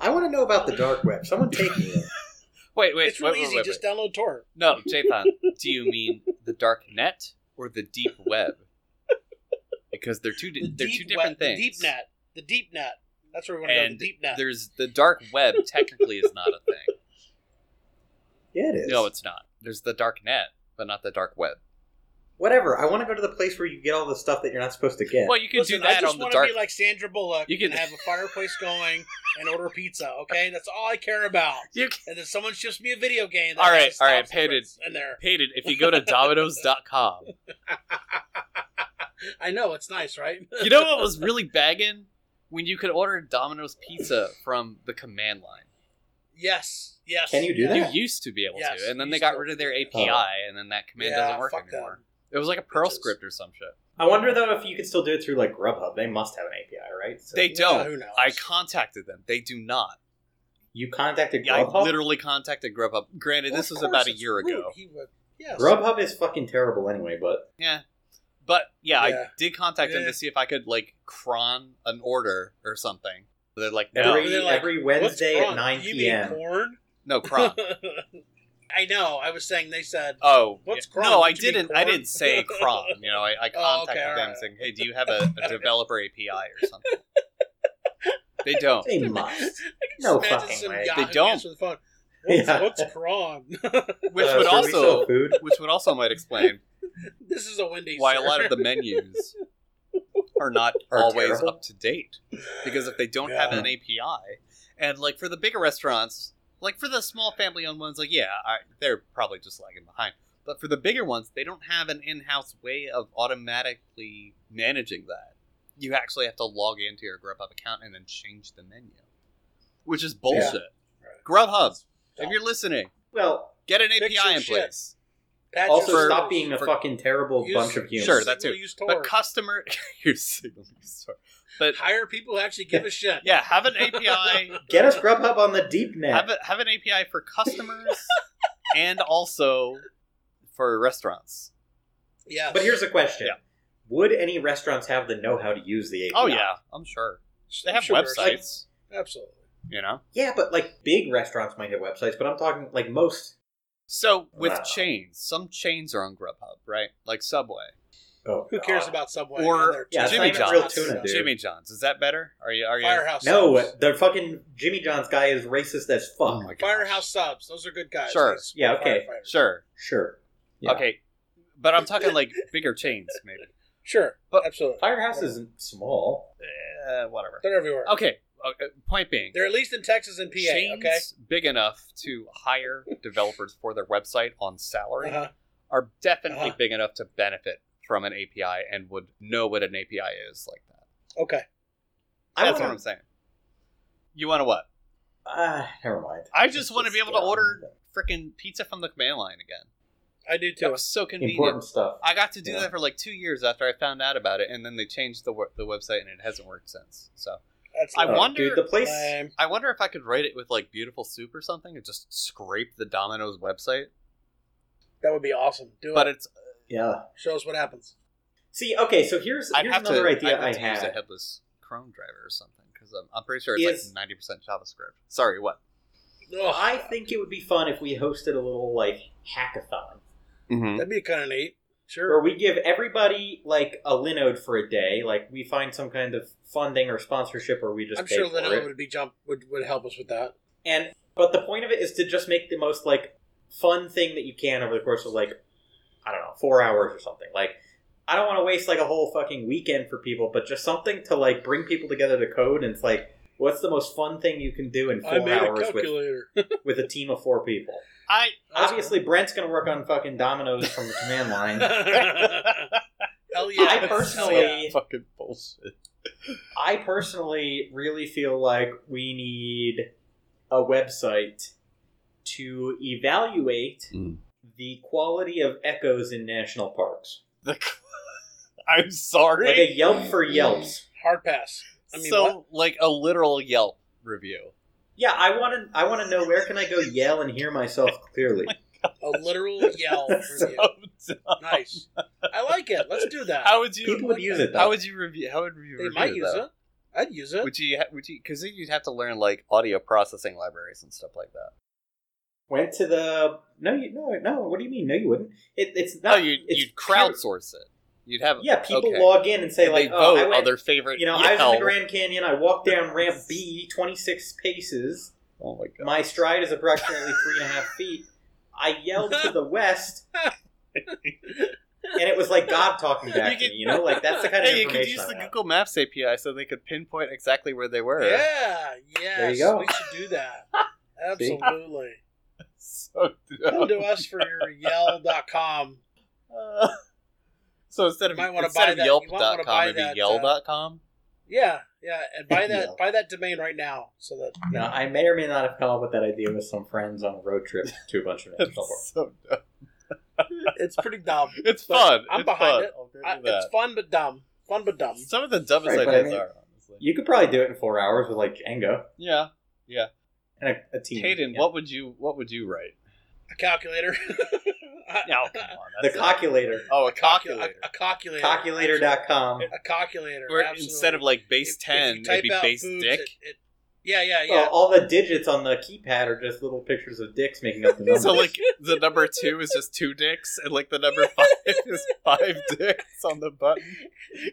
S2: I want to know about the dark web. Someone take me. There.
S1: Wait, wait,
S3: it's real
S1: wait, wait,
S3: easy.
S1: wait,
S3: just
S1: wait.
S3: download Tor.
S1: No, Jathan, do you mean the dark net or the deep web? Because they're two
S3: The
S1: di- they're two
S3: deep
S1: different
S3: web, the
S1: things.
S3: deep net. The deep net. That's where we want to go.
S1: and
S3: The deep net.
S1: there's the dark web technically is not a thing.
S2: Yeah, it is.
S1: No, it's not. There's the dark net, but not the dark web.
S2: whatever. I want to go to the place where you get all the stuff that you're not supposed to get.
S1: Well, you can
S3: Listen,
S1: do that
S3: I just
S1: on the
S3: want
S1: dark.
S3: to be like Sandra Bullock
S1: You can-
S3: and have a fireplace going and order pizza. Okay, that's all I care about.
S1: you can-
S3: And then someone ships me a video game. That
S1: All right,
S3: has
S1: all right,
S3: Stop Secrets
S1: Peyton.
S3: in there.
S1: Peyton, if you go to Domino's.com,
S3: I know it's nice, right?
S1: you know what was really bagging when you could order Domino's pizza from the command line.
S3: yes, yes.
S2: Can you do
S3: yes.
S2: that?
S1: You used to be able
S3: Yes,
S1: to, and then
S3: you
S1: they got
S3: still
S1: rid of their
S3: can.
S1: API, and then that command
S3: Yeah,
S1: doesn't work
S3: fuck
S1: anymore.
S3: them.
S1: It was like a Perl
S3: Bitches.
S1: script or some shit.
S2: I wonder though if you could still do it through like Grubhub. They must have an API, right? So
S1: They
S3: Yeah,
S1: don't.
S3: Uh, who knows?
S1: I contacted them. They do not.
S2: you contacted
S1: Yeah, I
S2: Grubhub.
S1: literally contacted Grubhub. Granted,
S3: Well,
S1: this
S3: of
S1: was about
S3: course,
S1: a
S3: it's
S1: year
S3: rude.
S1: ago.
S3: He would, yes.
S2: Grubhub is fucking terrible anyway, but
S1: Yeah. But yeah, I
S3: Yeah.
S1: did contact them
S3: Yeah.
S1: to see if I could like cron an order or something. They're like, no,
S2: every
S3: they're like,
S2: every
S3: What's
S2: Wednesday
S3: wrong?
S2: at nine
S3: you
S2: p.m.
S3: Mean corn?
S1: no cron.
S3: I know. I was saying they said
S1: Oh,
S3: What's
S1: yeah.
S3: cron?
S1: No, I
S3: Don't you mean
S1: didn't. I
S3: corn?
S1: didn't say cron. You know, I, I contacted
S3: Oh, okay,
S1: them
S3: alright.
S1: saying, "Hey, do you have a, a developer API or something?" they don't.
S2: They must.
S3: no
S2: No
S3: imagine
S2: fucking
S3: some
S2: way.
S3: guy
S1: They
S3: who
S1: don't.
S3: answered The phone. What's,
S2: Yeah.
S3: what's wrong?
S1: Which
S2: Uh,
S1: would
S2: so we sell
S1: also,
S2: food.
S1: which would also might explain
S3: this is a Wendy's.
S1: why a
S3: sir.
S1: lot of the menus are not
S2: Are
S1: always
S2: terrible.
S1: up to date because if they don't have
S3: Yeah.
S1: an API, and like for the bigger restaurants, like for the small family-owned ones, like yeah, I, they're probably just lagging behind. But for the bigger ones, they don't have an in-house way of automatically managing that. You actually have to log into your Grubhub account and then change the menu, which is bullshit.
S3: Right.
S1: Grubhub, if you're listening,
S2: Well,
S1: get an
S3: Fix your
S1: API in
S3: shit.
S1: place.
S3: Patch
S2: also
S1: for-
S3: yourself.
S2: stop being a
S1: for-
S2: fucking terrible
S3: Use-
S2: bunch of humans.
S1: Sure, that- that's
S3: signal,
S1: it.
S3: Use
S1: But
S3: Tor.
S1: customer, you're signaling sorry. But
S3: hire people who actually give a shit.
S1: yeah, have an API
S2: Get us Grubhub on the deep
S1: have
S2: net.
S1: a, have an API for customers and also for restaurants.
S3: yeah.
S2: But here's a question:
S1: Yeah.
S2: Would any restaurants have the know-how to use the API?
S1: Oh yeah, I'm sure they have
S3: Sure,
S1: websites.
S3: Absolutely.
S1: You know,
S2: yeah, but like big restaurants might have websites, but I'm talking like most.
S1: so with
S2: Wow.
S1: chains, some chains are on Grubhub, right? Like Subway,
S2: Oh,
S3: Who cares
S2: God.
S3: about Subway?
S1: Uh, Or-
S3: And their
S2: Yeah,
S3: tuna?
S1: Jimmy
S3: That's
S1: John's.
S2: real
S3: not
S2: tuna,
S3: stuff.
S2: dude.
S1: Jimmy John's. Is that better? Are you? Are you?
S3: Firehouse.
S2: No,
S3: subs.
S2: the fucking Jimmy John's guy is racist as fuck.
S1: Oh my god.
S3: Firehouse subs. Those are good guys.
S1: Sure.
S3: These
S2: Yeah, okay.
S3: firefighters.
S1: Sure.
S2: Sure. Yeah.
S1: Okay, but I'm talking like bigger chains, maybe.
S3: Sure.
S1: But-
S3: Absolutely.
S2: Firehouse isn't small.
S1: Uh, whatever.
S3: They're everywhere.
S1: Okay. okay. Point being,
S3: They're at least in Texas and PA.
S1: chains
S3: Okay.
S1: big enough to hire developers for their website on salary.
S3: Uh-huh.
S1: are definitely
S3: Uh-huh.
S1: big enough to benefit from an API and would know what an API is like that.
S3: Okay.
S2: I
S1: That's what
S2: wanna-
S1: I'm saying. You want to what?
S2: Ah, never mind.
S1: I just wanna be able to
S2: dumb.
S1: order Freaking pizza from the command line again.
S3: I do
S1: That
S3: too.
S1: was so convenient.
S2: important stuff.
S1: I got to do
S2: Yeah.
S1: that for like two years after I found out about it, and then they changed the wo- the website, and it hasn't worked since. So
S3: That's
S1: I
S2: Oh,
S1: wonder-
S2: dude, the place.
S3: lame.
S1: I wonder if I could rate it with like beautiful soup or something, and just scrape the Domino's website.
S3: That would be awesome. Do
S1: But
S3: it.
S1: it's
S2: Yeah.
S3: Show us what happens.
S2: See, okay, so here's
S1: I'd
S2: here's
S1: have to,
S2: another idea
S1: I'd have
S2: I
S1: to use a
S2: had.
S1: headless Chrome driver or something because I'm, I'm pretty sure it's
S2: Is-
S1: like ninety percent JavaScript. Sorry, what?
S3: Ugh,
S2: I think it would be fun if we hosted a little like hackathon
S1: Mm-hmm.
S3: that'd be kind of neat.
S2: where
S3: Sure.
S2: we give everybody like a Linode for a day. Like we find some kind of funding or sponsorship, or we just
S3: I'm
S2: pay
S3: sure
S2: for
S3: Linode
S2: it.
S3: would be jump would, would help us with that.
S2: And but the point of it is to just make the most like fun thing that you can over the course of like I don't know four hours or something. Like I don't want to waste like a whole fucking weekend for people, but just something to like bring people together to code. And it's like, what's the most fun thing you can do in
S3: I
S2: four
S3: made a
S2: hours with
S3: calculator.
S2: with a team of four people?
S1: I
S2: Obviously, Brent's gonna work on fucking dominoes from the command line.
S3: Hell yeah!
S2: I personally-
S1: fucking bullshit.
S2: I personally really feel like we need a website to evaluate
S1: Mm.
S2: the quality of echoes in national parks.
S1: The, I'm sorry.
S2: Like a Yelp for Yelps.
S3: hard pass. I mean,
S1: so
S3: what?
S1: like a literal Yelp review.
S2: Yeah, I want to. I want to know where can I go yell and hear myself clearly.
S3: A literal yell
S1: So
S3: review.
S1: dumb.
S3: Nice. I like it. Let's do that.
S1: How would you?
S2: People would use it though.
S1: how would you review? How would you
S3: they
S1: review
S3: might use
S1: though?
S3: it. I'd use it.
S1: Would you? ha- Would you? Because you'd have to learn like audio processing libraries and stuff like that.
S2: Went to the no, you no, no. What do you mean? No, you wouldn't. It, it's
S1: No,
S2: not.
S1: Oh, you
S2: it's
S1: you'd crowdsource it. You'd have
S2: pure- yeah, people
S1: okay.
S2: log in and say
S1: And
S2: like,
S1: they
S2: oh,
S1: vote
S2: I went,
S1: on their favorite.
S2: you know,
S1: Yelp.
S2: I was in the Grand Canyon. I walked down ramp B, twenty six paces.
S1: Oh my god!
S2: My stride is approximately three and a half feet. I yelled to the west, and it was like God talking back
S1: You
S2: to me. You know, like that's the kind of
S1: hey, you could use
S2: information. I
S1: the
S2: want.
S1: Google Maps API so they could pinpoint exactly where they were.
S3: Yeah. Yes.
S2: There you go.
S3: We should do that. Absolutely.
S1: So
S3: Come to us for your yell.com.
S1: Uh, so instead of
S3: You might wanna
S1: instead
S3: buy
S1: of
S3: that- you might wanna
S1: yelp.com
S3: buy
S1: it'd be
S3: that, uh,
S1: yell.com
S3: Yeah, yeah, and buy that
S2: Yeah.
S3: buy that domain right now so that
S2: You know, I may or may not have come up with that idea with some friends on a road trip to a bunch of
S1: It's
S2: national parks.
S1: so dumb.
S3: it's pretty dumb.
S1: it's
S3: But
S1: fun
S3: I'm
S1: it's
S3: behind
S1: fun.
S3: it.
S1: I'll give you
S3: I, it's
S1: that.
S3: fun but dumb. Fun but dumb.
S1: some of the dumbest
S2: Right, but I
S1: ideas
S2: mean-
S1: are honestly
S2: You could probably do it in four hours with like Django
S1: yeah
S2: and a, a team.
S1: Hayden
S2: Yeah.
S1: what would you what would you write
S3: A calculator. I-
S1: no come on
S2: the
S1: that's not-
S2: calculator,
S1: oh a
S3: a calculator.
S1: calculator
S3: A, a calculator.
S2: calculator.com.
S3: A calculator.
S1: where
S3: absolutely.
S1: instead of like base
S3: If- if you
S1: 10 it'd
S3: type
S1: be
S3: out
S1: base
S3: boobs,
S1: dick Oh,
S3: it- it- yeah, yeah, yeah.
S2: Well, all the digits on the keypad are just little pictures of dicks making up the number.
S1: so like the number two is just two dicks and like the number five is five dicks on the button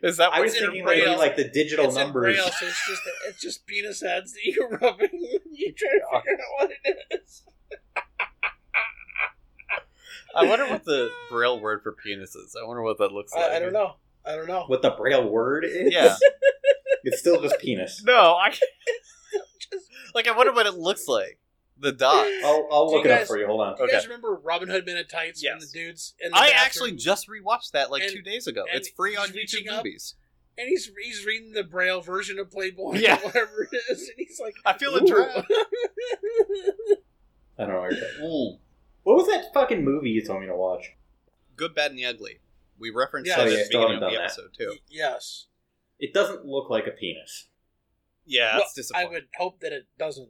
S1: is that
S2: I
S1: what
S2: was
S3: it's in
S1: you're
S2: thinking maybe
S3: Braille.
S2: like the digital
S3: it's
S2: numbers.
S3: in braille, so it's just it's just penis heads that you're rubbing. you try to figure out what it is.
S1: I wonder what the braille word for penis is. Uh, I wonder what that looks like.
S3: I, I don't know. I don't know.
S2: What the braille word is?
S1: Yeah.
S2: It's still just penis.
S1: No, I like. I wonder what it looks like. The dot.
S2: I'll, I'll
S3: Do you
S2: look it up
S3: guys-
S2: for you. Hold on.
S3: Do you guys
S1: Okay.
S3: remember Robin Hood Men in Tights and the
S1: Yes.
S3: dudes? In the
S1: I
S3: bathroom?
S1: actually just rewatched that like
S3: And-
S1: two days ago.
S3: and
S1: It's free on
S3: he's reaching
S1: YouTube
S3: up.
S1: Movies.
S3: and he's he's reading the braille version of Playboy,
S1: Yeah.
S3: or whatever it is, and he's like,
S1: I feel a
S3: "Ooh."
S1: draft.
S2: I don't know. what you're talking-
S1: Mm.
S2: What was that fucking movie you told me to watch?
S1: Good, bad, and the ugly. We referenced
S3: Yeah,
S1: that
S3: yeah,
S1: at the
S2: still
S1: beginning of
S2: haven't
S1: the
S2: done that.
S1: episode too.
S3: yes,
S2: It doesn't look like a penis.
S1: Yeah,
S3: Well,
S1: that's
S3: I
S1: disappointing.
S3: would hope that it doesn't.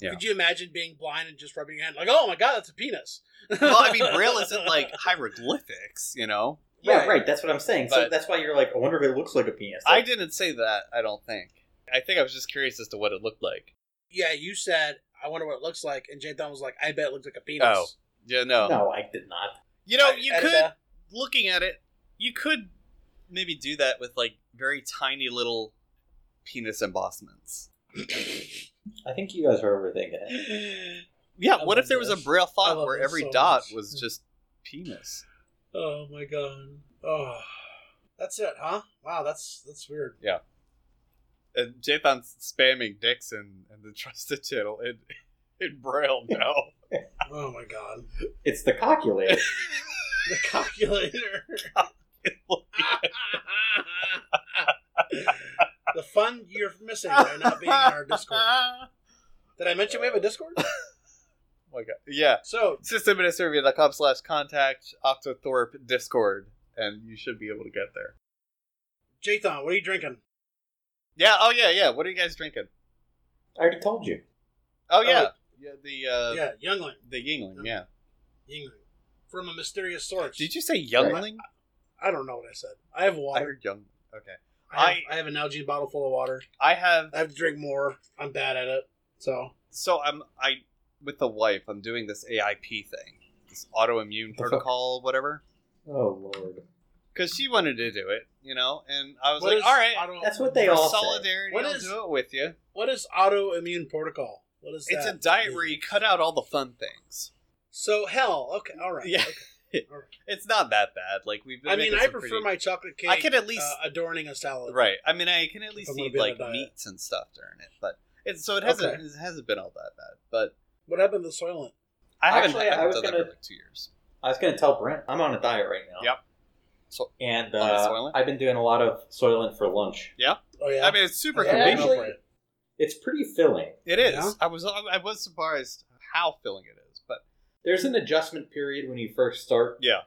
S1: Yeah.
S3: Could you imagine being blind and just rubbing your hand like, "Oh my god, that's a penis"?
S1: well, I mean, braille isn't like hieroglyphics, you know.
S2: Yeah, right. That's what I'm saying. so
S1: But-
S2: that's why you're like, I wonder if it looks like a penis.
S1: I didn't say that. I don't think. I think I was just curious as to what it looked like.
S3: Yeah, you said, "I wonder what it looks like," and Jay Dunn was like, "I bet it looks like a penis."
S1: Oh. Yeah, no.
S2: No, I did not.
S1: You know, you
S3: And,
S1: could
S3: uh,
S1: looking at it, you could maybe do that with like very tiny little penis embossments.
S2: I think you guys are overthinking it.
S3: uh,
S1: Yeah,
S3: I
S1: what
S3: love
S1: if there was a
S3: this.
S1: braille
S3: I
S1: font
S3: love
S1: where
S3: this
S1: every
S3: so
S1: dot
S3: much.
S1: was just penis?
S3: oh my god. Oh, that's it, huh? Wow, that's that's weird.
S1: And Jathan's spamming dicks in, in the trusted channel in, in braille now.
S3: Oh my god.
S2: It's the calculator.
S3: The calculator.
S1: Oh
S3: the fun you're missing by not being in our Discord. Did I mention we have a Discord?
S1: Oh my god. Yeah.
S3: So
S1: systemadministrator.com slash contact Octothorpe Discord, and you should be able to get there.
S3: Jathan, what are you drinking?
S1: Yeah, oh yeah, yeah. What are you guys drinking?
S2: I already told you.
S1: Oh yeah. yeah, the uh
S3: yeah, Youngling.
S1: the Yingling, yeah.
S3: Youngling. From a mysterious source.
S1: Did you say Youngling?
S3: I don't know what I said. I have
S1: I
S3: water.
S1: heard Young. Okay.
S3: I have, I have an Algene bottle full of water.
S1: I have
S3: I have to drink more. I'm bad at it. So
S1: so I'm I with the wife, I'm doing this AIP thing. This autoimmune
S2: The fuck?
S1: protocol, whatever.
S2: Oh lord.
S1: Because she wanted to do it, you know, and I was
S3: What
S1: like,
S3: is
S1: all right,
S3: auto-
S2: That's what they
S1: for
S2: all say.
S1: solidarity,
S3: What
S1: I'll
S3: is-
S1: do it with you.
S3: What is autoimmune protocol? What is
S1: It's a
S3: that?
S1: diet where you cut out all the fun things.
S3: So hell, okay, all right.
S1: Yeah.
S3: okay, all right.
S1: It's not that bad. Like we've. Been
S3: I mean,
S1: making
S3: I
S1: some
S3: prefer
S1: pretty-
S3: my chocolate cake.
S1: I could at least
S3: uh, adorning a salad.
S1: right. I mean, I can at least
S3: I'm gonna
S1: eat
S3: be on a
S1: like
S3: diet.
S1: meats and stuff during it, but it's so it hasn't
S3: Okay.
S1: it hasn't been all that bad. But
S3: What happened to Soylent?
S1: I haven't,
S2: Actually,
S1: I haven't
S2: I was
S1: done that
S2: gonna-
S1: for like two years.
S2: I was gonna tell Brent I'm on a diet right now.
S1: Yep. So-
S2: and
S1: On the
S2: uh,
S1: Soylent?
S2: I've been doing a lot of Soylent for lunch.
S3: Oh yeah.
S1: I mean, it's super
S2: Yeah,
S1: convenient.
S2: actually- It's pretty filling.
S1: it is.
S3: Yeah.
S1: I was I was surprised how filling it is, but
S2: There's an adjustment period when you first start.
S1: Yeah.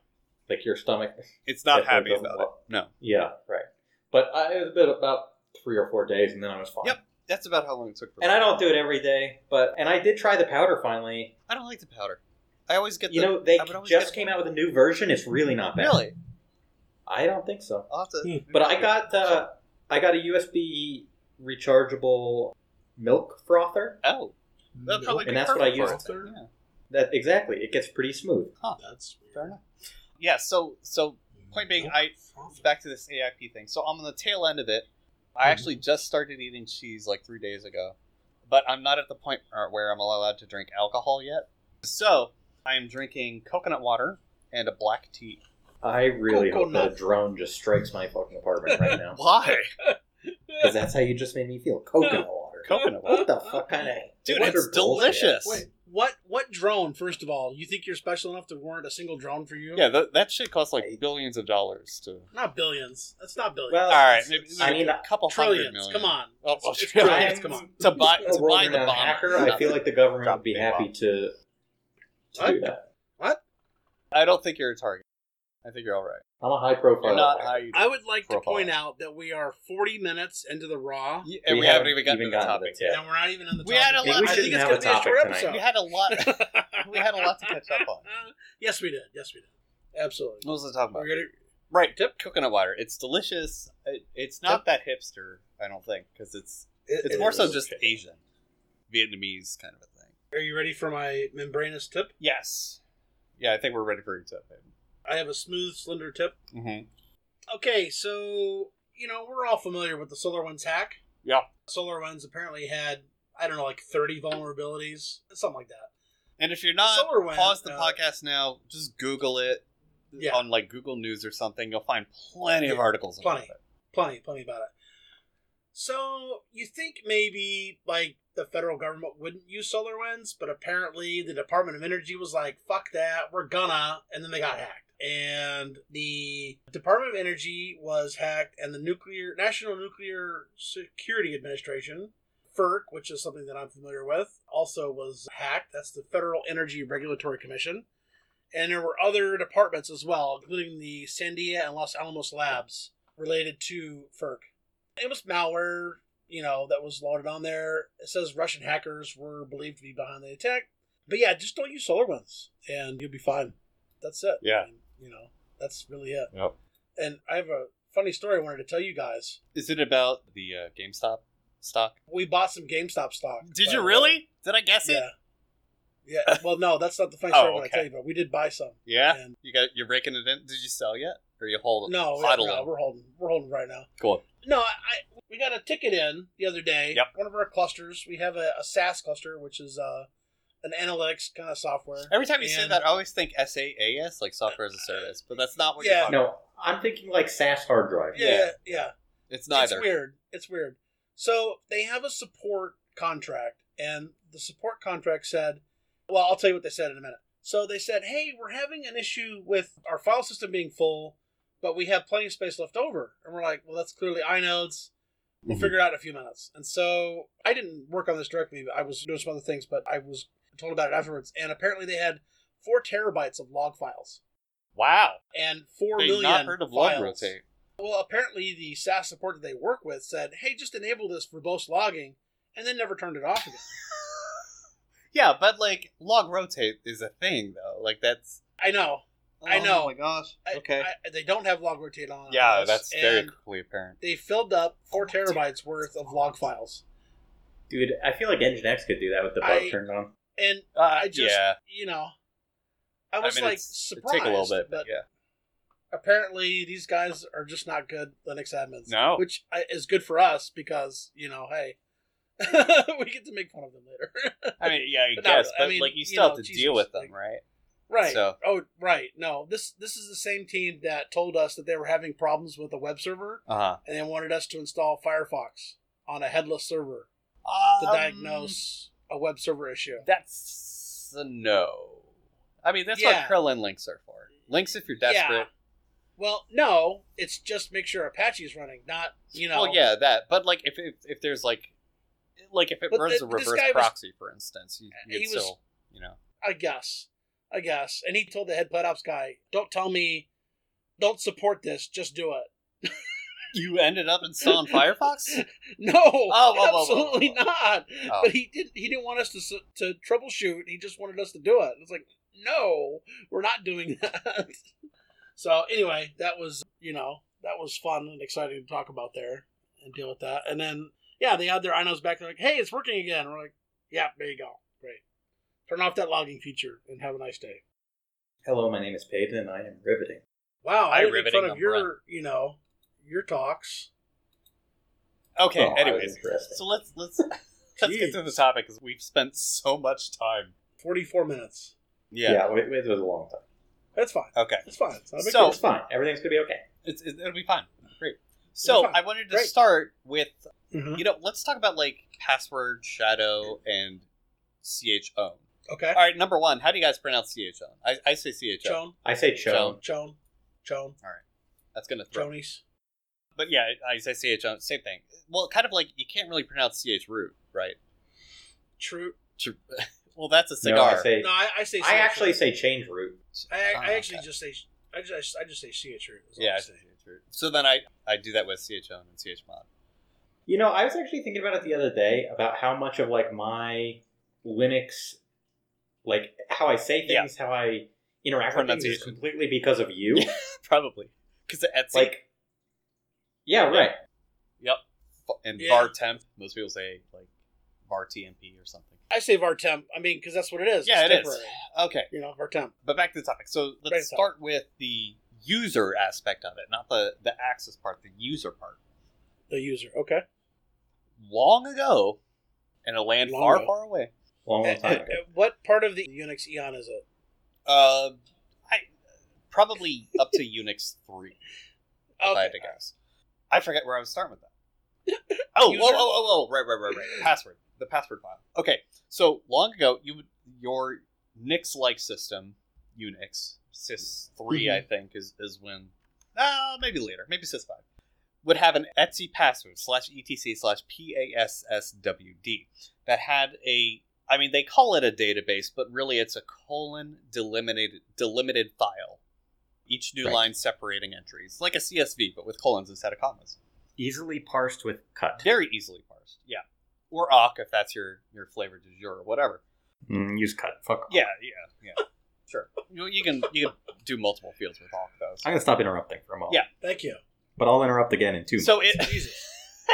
S2: Like your stomach.
S1: it's not
S2: definitely
S1: happy
S2: doesn't
S1: about it.
S2: love-
S1: No,
S2: Yeah, right. But I, it was been about three or four days, and then I was fine.
S1: Yep. that's about how long it took for
S2: And
S1: me.
S2: I don't do it every day, but and I did try the powder finally.
S1: I don't like the powder. I always get
S2: You
S1: the,
S2: know, they
S1: I would always
S2: just
S1: get-
S2: came out with a new version. It's really not bad.
S1: really.
S2: I don't think so.
S1: I'll have
S3: Hmm.
S1: to,
S2: But I got uh, I got a USB rechargeable milk frother.
S1: oh that probably
S2: And
S1: be
S2: that's what I
S1: perfect
S2: used.
S1: for it. Yeah,
S2: That exactly, it gets pretty smooth.
S3: That's
S1: fair enough. Yeah, so so Point being, I- back to this AIP thing. So I'm on the tail end of it. I
S3: Mhm.
S1: actually just started eating cheese like three days ago, but I'm not at the point uh, where I'm allowed to drink alcohol yet. So I am drinking coconut water and a black tea.
S2: I really
S3: Cool, cool
S2: hope that a
S3: nuts.
S2: drone just strikes my fucking apartment right now
S1: Why?
S2: because that's how you just made me feel. Coconut water.
S1: coconut water.
S2: What the fuck kind of
S1: Dude,
S2: what
S1: it's
S2: are bullshit?
S1: delicious.
S3: Wait, what? What drone? First of all, you think you're special enough to warrant a single drone for you?
S1: Yeah, th- that shit costs like
S2: I-
S1: billions of dollars to.
S3: Not billions. That's not billions.
S2: Well,
S1: All right, maybe,
S3: Oh, It's
S2: I
S1: maybe
S2: mean,
S1: a couple hundred
S3: trillions.
S1: million.
S3: Come on.
S1: Oh, oh,
S3: It's- it's
S1: trillions.
S3: trillions. Come on.
S1: To buy,
S2: a
S1: to buy the
S2: world-renowned
S1: bomber.
S2: hacker. I feel like the government
S1: Drop
S2: would be
S1: the
S2: happy to, to do
S3: What?
S2: that.
S1: I don't think you're a target. I think you're all right.
S2: I'm a high profile.
S1: You're not high.
S3: I would like to
S1: Profile.
S3: point out that we are 40 minutes into the raw,
S1: You- and we, haven't even gotten to the topic.
S2: to the tip.
S3: and we're not even on the.
S1: We had a
S3: topic.
S1: lot- We
S3: I think
S2: shouldn't
S3: it's
S2: have
S3: going
S2: a
S3: to be a short
S2: topic tonight.
S1: We
S3: episode.
S1: had a lot. we had a lot to catch up on.
S3: Yes, we did. Yes, we did. Absolutely.
S1: What was I talking
S3: We're
S1: about?
S3: gonna
S1: Right, tip coconut water. It's delicious. It, it's not that hipster, I don't think, because it's
S3: It-
S1: it's
S3: it
S1: more
S3: is.
S1: so just Asian, Vietnamese kind of a thing.
S3: Are you ready for my membranous tip?
S1: Yes. Yeah, I think we're ready for your tip.
S3: I have a smooth, slender tip.
S1: Mm-hmm.
S3: Okay, so you know we're all familiar with the SolarWinds hack.
S1: Yeah.
S3: SolarWinds apparently had I don't know like 30 vulnerabilities, something like that.
S1: And if you're not,
S3: Solar Wind,
S1: pause the
S3: uh,
S1: podcast now. Just Google it
S3: Yeah.
S1: on like Google News or something. You'll find plenty of
S3: Yeah,
S1: articles about
S3: plenty.
S1: it.
S3: plenty, plenty about it. So you think maybe like the federal government wouldn't use solar winds, but apparently the Department of Energy was like, "Fuck that, we're gonna," and then they got hacked. And the Department of Energy was hacked, and the nuclear National Nuclear Security Administration, FERC, which is something that I'm familiar with, also was hacked. That's the Federal Energy Regulatory Commission. And there were other departments as well, including the Sandia and Los Alamos labs related to FERC. It was malware, you know, that was loaded on there. It says Russian hackers were believed to be behind the attack. But yeah, just don't use solar ones and you'll be fine. That's it.
S1: Yeah.
S3: you know, that's really it.
S1: Yep.
S3: And I have a funny story I wanted to tell you guys.
S1: Is it about the uh, GameStop stock?
S3: We bought some GameStop stock.
S1: Did
S3: by
S1: you
S3: the way.
S1: really? Did I guess it?
S3: Yeah. Yeah. Well, no, that's not the funny story I
S1: Oh,
S3: want
S1: okay.
S3: to tell you, but we did buy some.
S1: Yeah.
S3: And
S1: You got you're breaking it in. Did you sell yet? Or you hold
S3: no,
S1: huddle
S3: no,
S1: it?
S3: we're holding, we're holding right now.
S1: Cool.
S3: No, I, I we got a ticket in the other day.
S1: Yep.
S3: One of our clusters. We have a, a SaaS cluster, which is uh, an analytics kind of software.
S1: Every time you say
S3: And-
S1: that, I always think SaaS, like software as a service, but that's not what
S3: Yeah.
S1: you're talking
S2: No, I'm thinking like SAS hard drive.
S3: yeah, yeah. yeah.
S1: It's neither.
S3: It's weird. It's weird. So they have a support contract, and the support contract said, well, I'll tell you what they said in a minute. So they said, hey, we're having an issue with our file system being full, but we have plenty of space left over. And we're like, well, that's clearly inodes. We'll
S1: Mhm.
S3: figure it out in a few minutes. And so I didn't work on this directly. I was doing some other things, but I was told about it afterwards. And apparently they had four terabytes of log files
S1: Wow.
S3: and four
S1: They've
S3: million.
S1: not heard of
S3: files.
S1: log rotate.
S3: Well, apparently the SAS support that they work with said, "Hey, just enable this verbose logging," and then never turned it off again.
S1: Yeah, but like log rotate is a thing though. Like that's
S3: I know. I know.
S1: Oh my gosh.
S3: I,
S1: okay.
S3: I, they don't have log rotate on.
S1: yeah,
S3: us,
S1: that's very
S3: and
S1: quickly apparent.
S3: They filled up four terabytes worth of log files,
S2: Dude, I feel like Nginx could do that with the bug
S3: I-
S2: turned on.
S3: and
S1: Uh,
S3: I just-
S1: yeah.
S3: you know, I was
S1: mean,
S3: like
S1: it's- it
S3: surprised.
S1: take a little bit,
S3: but
S1: but yeah.
S3: apparently these guys are just not good Linux admins.
S1: No.
S3: which I- is good for us because you know, hey, we get to make fun of them later.
S1: I mean, yeah, I
S3: But no,
S1: guess,
S3: I
S1: but
S3: mean,
S1: like you
S3: you
S1: still have
S3: know,
S1: to
S3: Jesus,
S1: deal with them,
S3: like-
S1: right?
S3: Right.
S1: So-
S3: Oh, right. No, this this is the same team that told us that they were having problems with a web server
S1: Uh huh.
S3: and they wanted us to install Firefox on a headless server to
S1: Um,
S3: diagnose a web server issue.
S1: That's a no. I mean, that's
S3: Yeah.
S1: what Krillin links are for. Links, if you're desperate.
S3: Well, no, it's just make sure Apache is running, not you know.
S1: Well, yeah, that. But like, if if, if there's like, like if it
S3: But
S1: runs
S3: the-
S1: a
S3: this
S1: reverse
S3: guy was-
S1: proxy, for instance, you,
S3: he
S1: you'd
S3: was-
S1: still, you know,
S3: I guess. I guess. And he told the head PlatOps guy, "Don't tell me, don't support this. Just do it."
S1: you ended up installing Firefox.
S3: No,
S1: whoa, whoa, whoa,
S3: absolutely
S1: whoa, whoa.
S3: not.
S1: Oh.
S3: But he didn't. He didn't want us to s- to troubleshoot. He just wanted us to do it. It's like, no, we're not doing that. so anyway, that was you know that was fun and exciting to talk about there and deal with that. And then yeah, they had their inos back. They're like, hey, it's working again. We're like, yeah, there you go, great. Turn off that logging feature and have a nice day.
S2: Hello, my name is Peyton, and I am riveting.
S3: Wow, I,
S1: Hi,
S3: didn't make fun
S1: riveting
S3: of your
S1: umbrella.
S3: you know your talks.
S1: Okay.
S2: Oh,
S1: anyways,
S2: interesting.
S1: so let's let's let's get to the
S3: Jeez.
S1: topic because we've spent so much time.
S3: Forty four minutes.
S1: Yeah.
S2: Yeah, it it was a long time.
S3: That's fine.
S1: Okay.
S3: That's fine. It's not a big
S1: So-
S3: deal.
S2: It's fine. Everything's gonna be okay.
S1: It's, it, it'll be fine. Great. So
S3: fine.
S1: I wanted to
S3: Great.
S1: start with
S3: Mhm.
S1: you know let's talk about like password shadow and CHO. All
S3: Okay.
S1: right. Number one, how do you guys pronounce CHO? I, I say CHO.
S3: Joan.
S2: I say chone.
S1: Chone.
S3: Joan, Joan,
S1: That's gonna throw.
S3: Jonies.
S1: But yeah, I say CHO. Same thing. Well, kind of like you can't really pronounce CH root, right?
S3: True.
S1: Tr- Well, that's a
S2: No,
S1: cigar.
S2: I say.
S3: No, I, I say.
S2: I
S3: CH.
S2: actually say change root.
S3: I, I,
S1: Ah,
S3: actually just say. I just. I just say CH. is all
S1: yeah,
S3: I
S1: I
S3: say.
S1: say CH root. So then I I do that with CHO and CHmod.
S2: You know, I was actually thinking about it the other day about how much of like my Linux, like how I say
S1: Yeah.
S2: things, how I interact with things, is
S1: Pronunciation.
S2: completely because of you.
S1: Probably because Etsy
S2: like, yeah, right.
S1: and
S3: Yeah.
S1: var temp. Most people say like var tmp or something.
S3: I say Vartemp. I mean, because that's what it is.
S1: Yeah,
S3: it's
S1: it is.
S3: temporary.
S1: Okay,
S3: You know, Vartemp.
S1: but back to the topic. So let's
S3: Right, so-
S1: start with the user aspect of it, not the the access part, the user part.
S3: The user. Okay.
S1: Long ago, in a land
S3: Long
S1: far,
S3: ago.
S1: far away,
S2: Long, long
S3: At,
S2: time ago.
S3: at Uh, what part of the Unix Eon is it?
S1: Uh, I probably up to Unix three. If I
S3: Okay.
S1: had to guess. I forget where I was starting with that. oh, oh,
S3: User?
S1: oh, oh, oh, right, right, right, right. Password. The password file. Okay, so long ago, you would- your Nix-like system, Unix, Sys3, I think, is, is when, uh, maybe later, maybe Sys5, would have an Etsy password slash etc slash PASSWD that had a, I mean, they call it a database, but really it's a colon delimited, delimited file. Each new
S2: Right.
S1: line separating entries, like a CSV, but with colons instead of commas
S2: Easily parsed with cut.
S1: very easily parsed. Yeah, or awk if that's your your flavor du jour or whatever.
S2: Mm, use cut. Fuck. off.
S1: Yeah, yeah, yeah. sure. You, you can you can do multiple fields with awk though.
S2: I'm gonna stop interrupting for a moment.
S1: Yeah.
S3: Thank you.
S2: But I'll interrupt again in two.
S1: So it
S3: Jesus.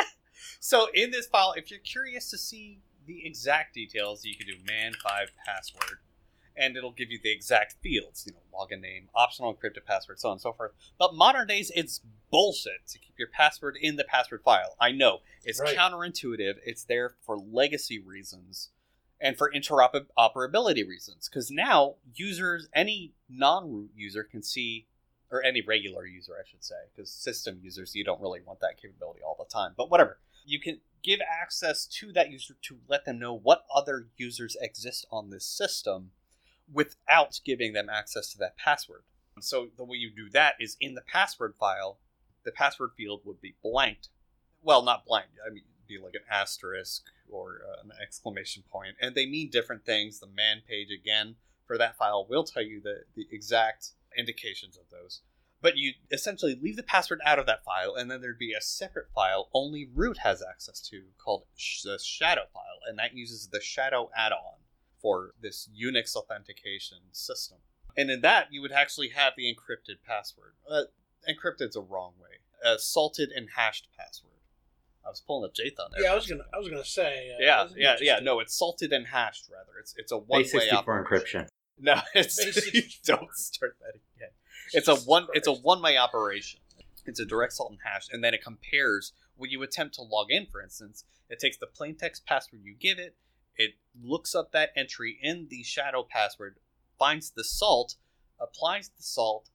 S1: so in this file, if you're curious to see the exact details, you can do man five password, and it'll give you the exact fields. You know, login name, optional encrypted password, so on and so forth. But modern days, it's bullshit to keep your password in the password file. I know it's
S3: Right.
S1: counterintuitive. It's there for legacy reasons and for interoperability reasons. Because now users, any non-root user, can see or any regular user, I should say, because system users, you don't really want that capability all the time. But whatever, you can give access to that user to let them know what other users exist on this system without giving them access to that password. So the way you do that is in the password file, the password field would be blanked. Well, not blank. I mean, it'd be like an asterisk or uh, an exclamation point, and they mean different things. The man page again for that file will tell you the, the exact indications of those. But you essentially leave the password out of that file, and then there'd be a separate file only root has access to called sh- the shadow file, and that uses the shadow add-on for this Unix authentication system. And in that, you would actually have the encrypted password. Uh, encrypted's a wrong way. A salted and hashed password. I was pulling up JSON there.
S3: Yeah, I was gonna. I was gonna say. uh,
S1: Yeah,
S3: isn't it
S1: yeah, yeah.
S3: just-
S1: No, it's salted and hashed. Rather, it's it's a one-way
S2: A64
S1: operation.
S2: encryption.
S1: No, it's
S3: Basic-
S1: don't start that again. It's a
S3: Jesus
S1: one. It's a
S3: Christ.
S1: one-way operation. It's a direct salt and hash, and then it compares when you attempt to log in. For instance, it takes the plain text password you give it. It looks up that entry in the shadow password, finds the salt, applies the salt,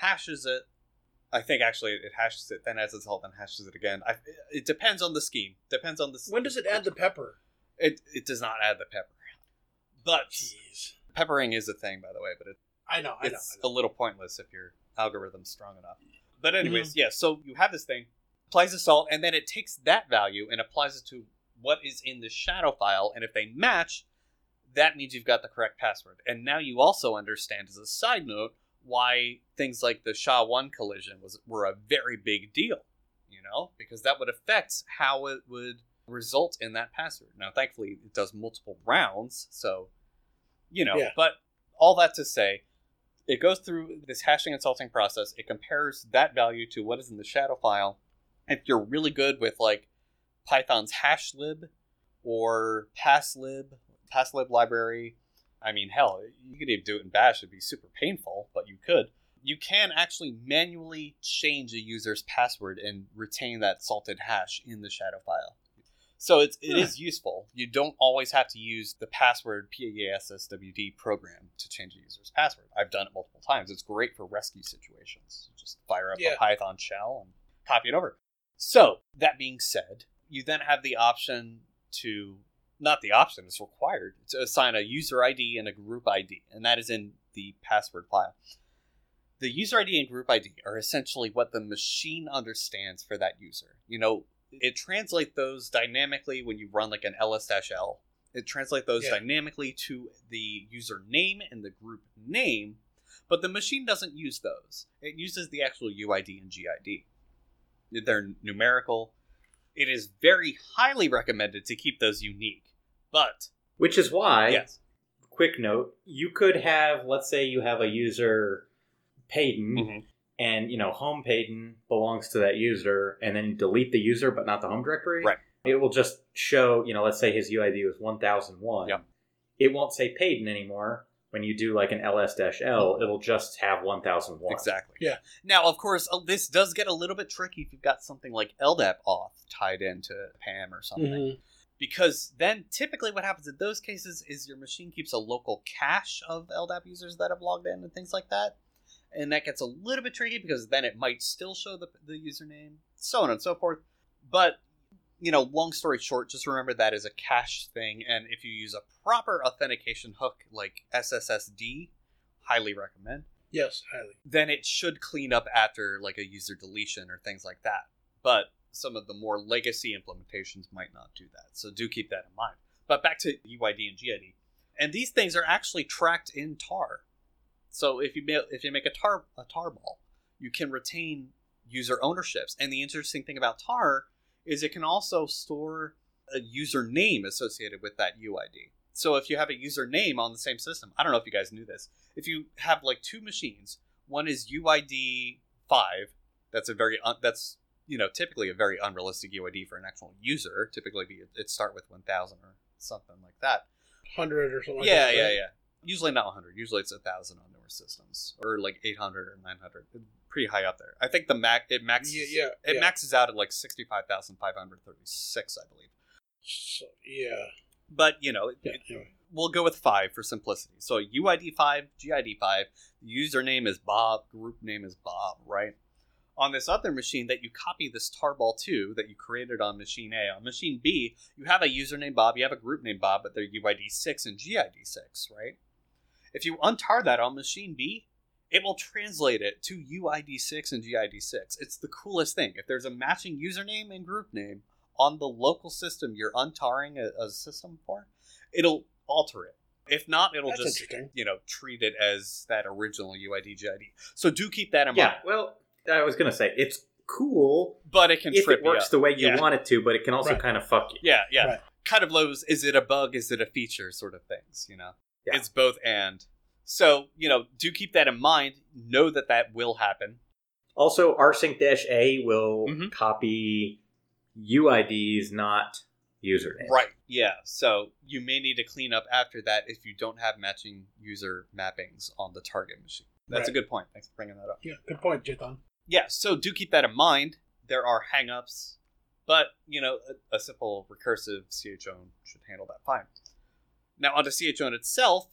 S1: hashes it. I think actually it hashes it, then adds the salt, then hashes it again. I, it depends on the scheme. Depends on the. s-
S3: When does it add the pepper?
S1: It it does not add the pepper, but
S3: Jeez.
S1: peppering is a thing, by the way. But it
S3: I know. I know. Mm-hmm.
S1: it's a little pointless if your algorithm's strong enough. But anyways, yeah. So you have this thing, applies the salt, and then it takes that value and applies it to what is in the shadow file, and if they match, that means you've got the correct password. And now you also understand, as a side note, why things like the SHA one collision was were a very big deal. You know, because that would affect how it would result in that password. Now, thankfully, it does multiple rounds, so you know.
S3: Yeah.
S1: But all that to say, it goes through this hashing and salting process. It compares that value to what is in the shadow file. If you're really good with like Python's hashlib or passlib, passlib library, I mean, hell, you could even do it in Bash. It'd be super painful, but you could. You can actually manually change a user's password and retain that salted hash in the shadow file. So it's, it is useful. You don't always have to use the password PASSWD program to change a user's password. I've done it multiple times. It's great for rescue situations. Just fire up
S3: Yeah.
S1: a Python shell and copy it over. So that being said, you then have the option to not the option, it's required to assign a user ID and a group ID, and that is in the password file. The user ID and group ID are essentially what the machine understands for that user. You know, it translates those dynamically when you run like an ls-l. It translates those
S3: Yeah.
S1: dynamically to the user name and the group name, but the machine doesn't use those. It uses the actual UID and GID. They're numerical. It is very highly recommended to keep those unique. But
S2: Which is why
S1: yes,
S2: quick note you could have let's say you have a user payton
S3: Mm-hmm.
S1: Mhm.
S2: and you know home payton belongs to that user and then you delete the user but not the home directory
S1: Right.
S2: it will just show you know let's say his uid was 1001
S1: Yep.
S2: it won't say payton anymore when you do like an ls-l it'll just have 1001
S1: Mm-hmm. exactly.
S3: Yeah.
S1: Now, of course, uh, this does get a little bit tricky if you've got something like LDAP auth tied into PAM or something.
S3: Mhm.
S1: because then typically what happens in those cases is your machine keeps a local cache of LDAP users that have logged in and things like that. And that gets a little bit tricky because then it might still show the, the username, so on and so forth. But, you know, long story short, just remember that is a cache thing. And if you use a proper authentication hook like SSSD, highly recommend,
S3: Yes, highly.
S1: then it should clean up after like a user deletion or things like that. But some of the more legacy implementations might not do that. So do keep that in mind. But back to UID and GID. And these things are actually tracked in tar. So if you ma- if you make a tar a tar ball, you can retain user ownerships. And the interesting thing about tar is it can also store a username associated with that UID. So if you have a username on the same system, I don't know if you guys knew this. If you have like two machines, one is UID five. That's a very un- that's you know typically a very unrealistic UID for an actual user. Typically, be it start with one thousand or something like that.
S3: 100 or something like
S1: yeah,
S3: that.
S1: yeah,
S3: right?
S1: yeah. Usually not one hundred. Usually it's a thousand on newer systems or like eight hundred or nine hundred. Pretty high up there. I think the max it maxes
S3: Yeah, yeah,
S1: it
S3: yeah.
S1: maxes out at like sixty five thousand five hundred thirty six, I believe.
S3: So, yeah.
S1: But you know, it,
S3: yeah. Anyway.
S1: we'll go with five for simplicity. So UID five, GID five. Username is Bob. Group name is Bob. Right. On this other machine that you copy this tarball to that you created on machine A, on machine B, you have a username Bob, you have a group name Bob, but they're UID six and GID six, right? If you untar that on machine B, it will translate it to UID six and GID six. It's the coolest thing. If there's a matching username and group name on the local system you're untarring a, a system for, it'll alter it. If not, it'll
S3: That's
S1: just
S3: interesting.
S1: you know treat it as that original UID GID. So do keep that in
S2: Yeah,
S1: mind.
S2: well, I was gonna say it's cool
S1: But it can
S2: if
S1: trip
S2: it
S1: you
S2: works
S1: up.
S2: the way you
S1: Yeah.
S2: want it to, but it can also
S3: Right.
S2: kind of fuck you.
S1: Yeah, yeah.
S3: Right.
S1: Kind of lows. Is it a bug? Is it a feature? Sort of things. You know,
S2: Yeah.
S1: it's both and. So you know, do keep that in mind. Know that that will happen.
S2: Also, rsync a will
S1: Mhm.
S2: copy UIDs, not usernames.
S1: Right. Yeah. So you may need to clean up after that if you don't have matching user mappings on the target machine. That's a
S3: Right.
S1: good point. Thanks for bringing that up.
S3: Yeah, good point, Jathan.
S1: yeah, so do keep that in mind. There are hangups, but you know, a, a simple recursive chown should handle that fine. Now onto chown itself.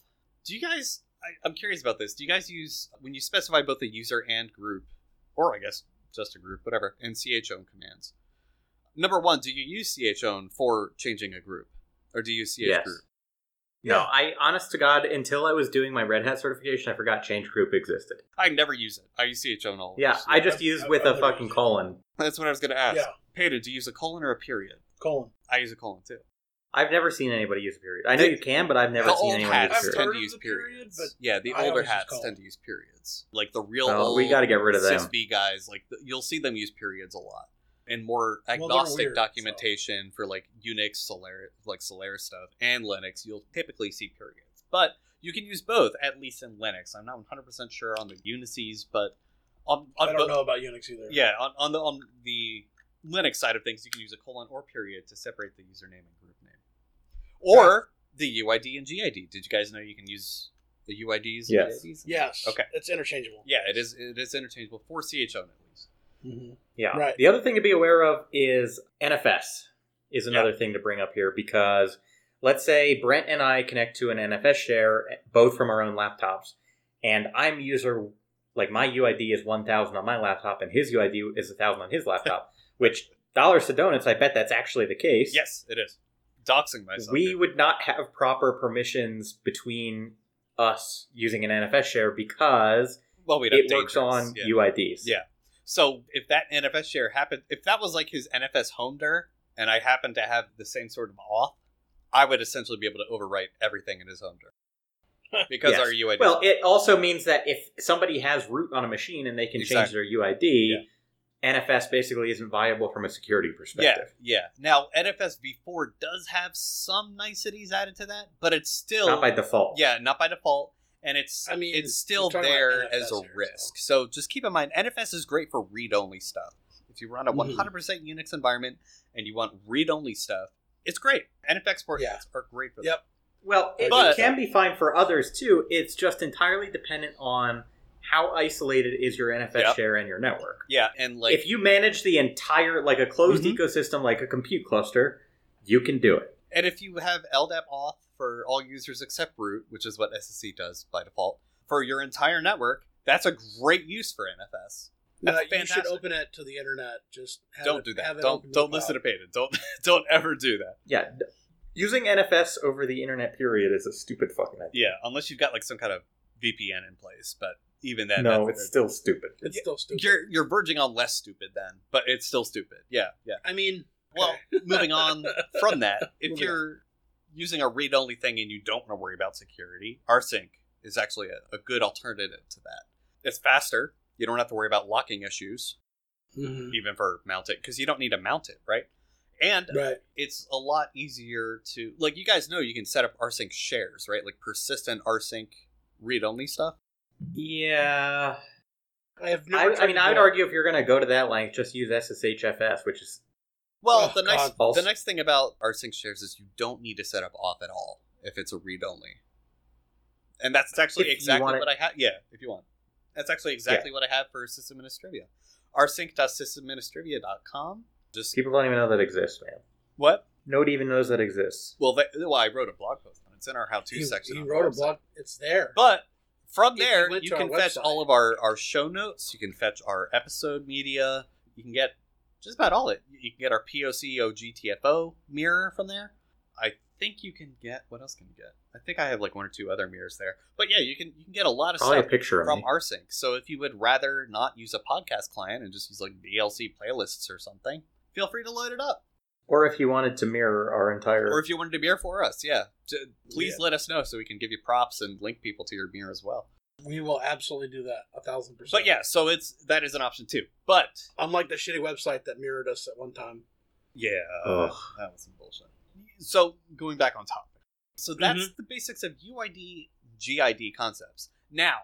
S1: Do you guys? I, I'm curious about this. Do you guys use when you specify both a user and group, or I guess just a group, whatever, in chown commands? Number one, do you use chown for changing a group, or do you use ch
S2: Yes.
S1: group?
S2: No,
S3: Yeah.
S2: I honest to God, until I was doing my Red Hat certification, I forgot change group existed.
S1: I never use it. I use chown always.
S2: Yeah, I just
S3: I've-
S2: use
S3: I've-
S2: with
S3: I've
S2: a
S3: never
S2: fucking
S3: used it.
S2: colon.
S1: that's what I was gonna ask.
S3: Yeah.
S1: Peyton, do you use a colon or a period?
S3: Colon.
S1: I use a colon too.
S2: I've never seen anybody use a period. I know
S1: The-
S2: you can, but I've never
S1: the
S2: seen
S1: old
S2: anyone
S1: hats
S2: use a
S3: I've
S2: period.
S1: tend
S3: heard
S1: to
S3: of
S1: use
S3: the
S1: periods.
S3: period, but
S1: yeah, the
S3: I
S1: older
S3: always use
S1: hats
S3: colon.
S1: tend to use periods. Like the real
S2: So
S1: old
S2: Oh, we got to get rid of them.
S1: 6B guys, like th- you'll see them use periods a lot. And more
S3: they're
S1: agnostic
S3: weird, so-
S1: documentation for like Unix, Solaris, like Solaris stuff, and Linux, you'll typically see periods. But you can use both, at least in Linux. I'm not 100% sure on the Unices, but on,
S3: I
S1: on
S3: don't
S1: bo-
S3: know about Unix either.
S1: yeah, on, on the on the Linux side of things, you can use a colon or period to separate the username and group name, or the UID and GID. Did you guys know you can use the UIDs? And
S2: Yes.
S1: GIDs?
S3: Yes.
S1: Okay.
S3: It's interchangeable.
S1: Yeah, it is it is interchangeable for CHO at least.
S3: Mm-hmm.
S2: Yeah.
S3: Right.
S2: The other thing to be aware of is NFS is another thing to bring up here because let's say Brent and I connect to an NFS share eh, both from our own laptops and I'm user like my UID is 1000 on my laptop and his UID is 1000 on his laptop which dollars to donuts I bet that's actually the case.
S1: Yes, it is. Doxing myself.
S2: We
S1: here.
S2: would not have proper permissions between us using an NFS share because
S1: well, we'd have
S2: it works
S1: dangerous,
S2: on
S1: yeah.
S2: UIDs.
S1: Yeah. So if that NFS share happened, if that was like his NFS home dir, and I happened to have the same sort of auth, I would essentially be able to overwrite everything in his home dir because
S2: Yes.
S1: our UID.
S2: Well, it also means that if somebody has root on a machine and they can change
S1: Exactly.
S2: their UID, NFS basically isn't viable from a security perspective.
S1: Yeah, yeah. Now NFS v4 does have some niceties added to that, but it's still
S2: Not by default.
S1: yeah, not by default, and it's
S3: I mean,
S1: it's still
S3: we're talking about
S1: there
S3: NFS
S1: as a
S3: here, so-
S1: risk. So. just keep in mind, NFS is great for read-only stuff. If you run a
S2: Mm-hmm.
S3: Mhm.
S1: 100% percent Unix environment and you want read-only stuff, it's great. NFX ports
S3: Yeah.
S1: are great for that.
S3: Yep.
S2: Well, it,
S1: But-
S2: it can be fine for others too. It's just entirely dependent on how isolated is your NFS
S1: Yep.
S2: share and your network.
S1: Yeah, and like
S2: if you manage the entire like a closed
S1: Mhm.
S2: ecosystem like a compute cluster, you can do it.
S1: And if you have LDAP auth for all users except root, which is what SSC does by default, for your entire network, that's a great use for NFS. That's
S3: Uh, you
S1: fantastic.
S3: should open it to the internet. Just have
S1: don't
S3: it-
S1: do that.
S3: have it
S1: Don't
S3: open
S1: don't
S3: the
S1: listen to
S3: cloud.
S1: Peyton. Don't don't ever do that.
S2: Yeah. d- Using NFS over the internet period is a stupid fucking idea.
S1: Yeah, unless you've got like some kind of VPN in place, but even then,
S2: no,
S1: that's-
S2: it's still stupid.
S3: It's
S1: Yeah,
S3: still stupid.
S1: you're you're verging on less stupid then, but it's still stupid. Yeah, yeah.
S3: I mean,
S1: Well, moving on from that, if
S3: Moving on.
S1: you're using a read only thing and you don't want to worry about security, rsync is actually a, a good alternative to that. It's faster. You don't have to worry about locking issues,
S3: Mhm.
S1: even for mount it, because you don't need to mount it, right? And
S3: right.
S1: it's a lot easier to like you guys know you can set up rsync shares, right? Like persistent rsync read only stuff.
S2: Yeah.
S3: I have
S2: I,
S3: never
S2: I mean, I would argue if you're going to go to that length, just use SSHFS, which is
S1: Well,
S3: Oh,
S1: the nice
S3: God,
S2: false.
S1: the nice thing about rsync shares is you don't need to set up auth at all if it's a read only. And that's
S2: If
S1: actually
S2: you
S1: exactly
S2: want
S1: what I have. Yeah, if you want, that's actually exactly what I have for systemadministrivia. rsync.systemadministrivia.com. Just
S2: people don't even know that exists, man.
S1: what?
S2: Nobody even knows that exists.
S1: Well, that, well, I wrote a blog post on it. It's in our how-to
S3: He,
S1: section.
S3: he
S1: on our
S3: wrote a
S1: website.
S3: blog. It's there.
S1: But from
S3: If you
S1: there, you,
S3: went to our
S1: can fetch
S3: website.
S1: all of our, our show notes. You can fetch our episode media. You can get just about all it. You can get our POCO GTFO mirror from there. I think you can get what else can you get? I think I have like one or two other mirrors there. But yeah, you can you can get a lot of
S2: Probably a
S1: stuff
S2: picture of
S1: from
S2: me.
S1: rsync. So if you would rather not use a podcast client and just use like VLC playlists or something, feel free to load it up.
S2: or if you wanted to mirror our entire.
S1: Or if you wanted to mirror for us, yeah, J- please
S3: Yeah.
S1: let us know so we can give you props and link people to your mirror as well.
S3: we will absolutely do that. A thousand percent.
S1: But yeah, so it's that is an option too. But
S3: unlike the shitty website that mirrored us at one time.
S1: yeah,
S2: Ugh.
S1: that was some bullshit. So going back on topic, so that's the basics of UID GID concepts. Now,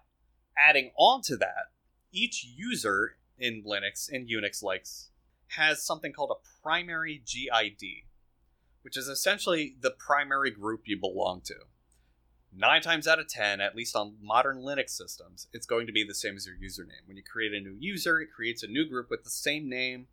S1: adding on to that, each user in Linux and Unix likes has something called a primary GID, which is essentially the primary group you belong to. Nine times out of ten, at least on modern Linux systems, it's going to be the same as your username. When you create a new user, it creates a new group with the same name,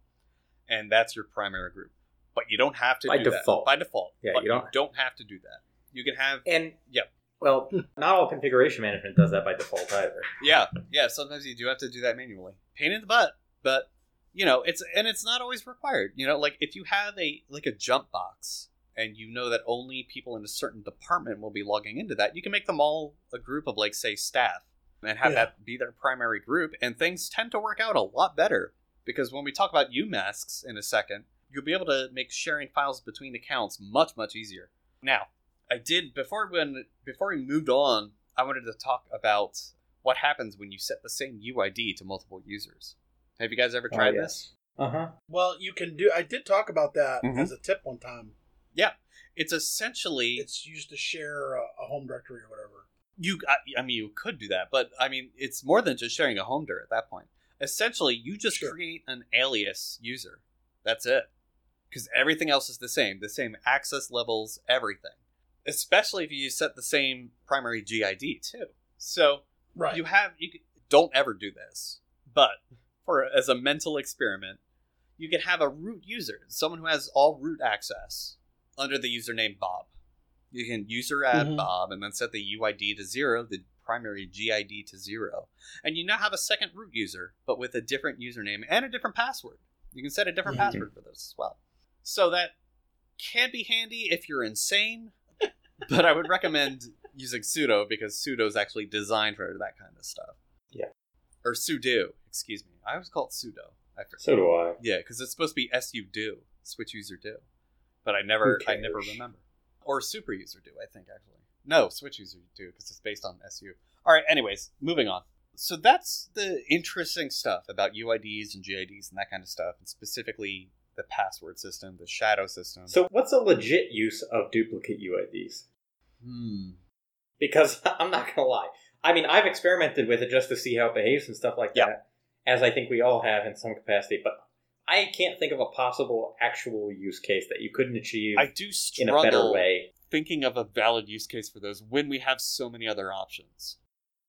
S1: and that's your primary group. But you don't have to
S2: By
S1: do
S2: default.
S1: that by default.
S2: Yeah,
S1: but
S2: you don't-
S1: have to do that. You can have
S2: and
S1: Yep.
S2: Well, not all configuration management does that by default either.
S1: yeah, yeah. Sometimes you do have to do that manually. Pain in the butt, but you know it's and it's not always required. You know, like if you have a like a jump box and you know that only people in a certain department will be logging into that, you can make them all a group of like say staff and have
S3: Yeah.
S1: that be their primary group, and things tend to work out a lot better because when we talk about U masks in a second, you'll be able to make sharing files between accounts much much easier. Now, I did before when before we moved on, I wanted to talk about what happens when you set the same UID to multiple users. Have you guys ever
S3: Oh,
S1: tried this?
S2: Uh huh.
S3: Well, you can do. I did talk about that
S1: Mhm.
S3: as a tip one time.
S1: It's essentially
S3: It's used to share a, a home directory or whatever.
S1: you I, I mean you could do that but i mean it's more than just sharing a home dir at that point essentially you just
S3: Sure.
S1: create an alias user that's it because everything else is the same the same access levels everything especially if you set the same primary gid too so
S3: Right.
S1: you have you c- don't ever do this but for as a mental experiment you could have a root user someone who has all root access under the username bob you can user add
S3: Mhm.
S1: bob and then set the uid to zero the primary gid to zero and you now have a second root user but with a different username and a different password you can set a different
S3: Mhm.
S1: password for those as well so that can be handy if you're insane but i would recommend using sudo because sudo is actually designed for that kind of stuff.
S2: Yeah.
S1: Or sudo, excuse me. I always call it sudo. I forget.
S2: So do I.
S1: Yeah, because it's supposed to be su do, switch user do, but I never,
S2: Who
S1: I never
S2: cares?
S1: remember. Or super user do, I think actually. No, switch user do because it's based on su. All right. Anyways, moving on. So that's the interesting stuff about UIDs and GIDs and that kind of stuff, and specifically the password system, the shadow system.
S2: So, what's a legit use of duplicate UIDs?
S1: hmm.
S2: Because I'm not gonna lie. I mean, I've experimented with it just to see how it behaves and stuff like
S1: Yeah.
S2: that, as I think we all have in some capacity. But I can't think of a possible actual use case that you couldn't achieve
S1: I do
S2: in
S1: struggle
S2: a better way.
S1: thinking of a valid use case for those when we have so many other options.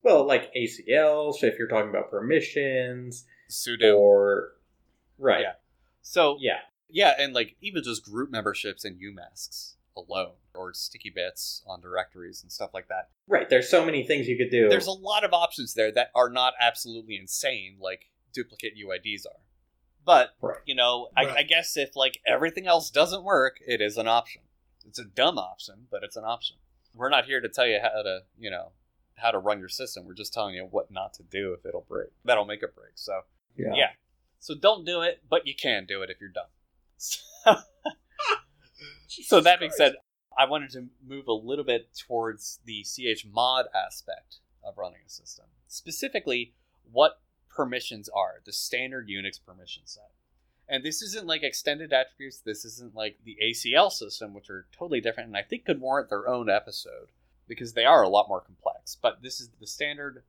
S2: Well, like ACLs, if you're talking about permissions,
S1: Sudo.
S2: or right,
S1: Yeah. So yeah.
S2: yeah.
S1: and like even just group memberships and UMasks. alone or sticky bits on directories and stuff like that.
S2: Right, there's so many things you could do.
S1: There's a lot of options there that are not absolutely insane like duplicate UIDs are. But,
S2: Right.
S1: you know, I, I
S3: Right.
S1: guess if like everything else doesn't work, it is an option. It's a dumb option, but it's an option. We're not here to tell you how to, you know, how to run your system. We're just telling you what not to do if it'll break. That'll make it break. So, yeah. So don't do it, but you can do it if you're dumb. So, so that being said, I wanted to move a little bit towards the CH mod aspect of running a system, specifically what permissions are the standard Unix permission set. And this isn't like extended attributes. This isn't like the ACL system, which are totally different, and I think could warrant their own episode because they are a lot more complex. But this is the standard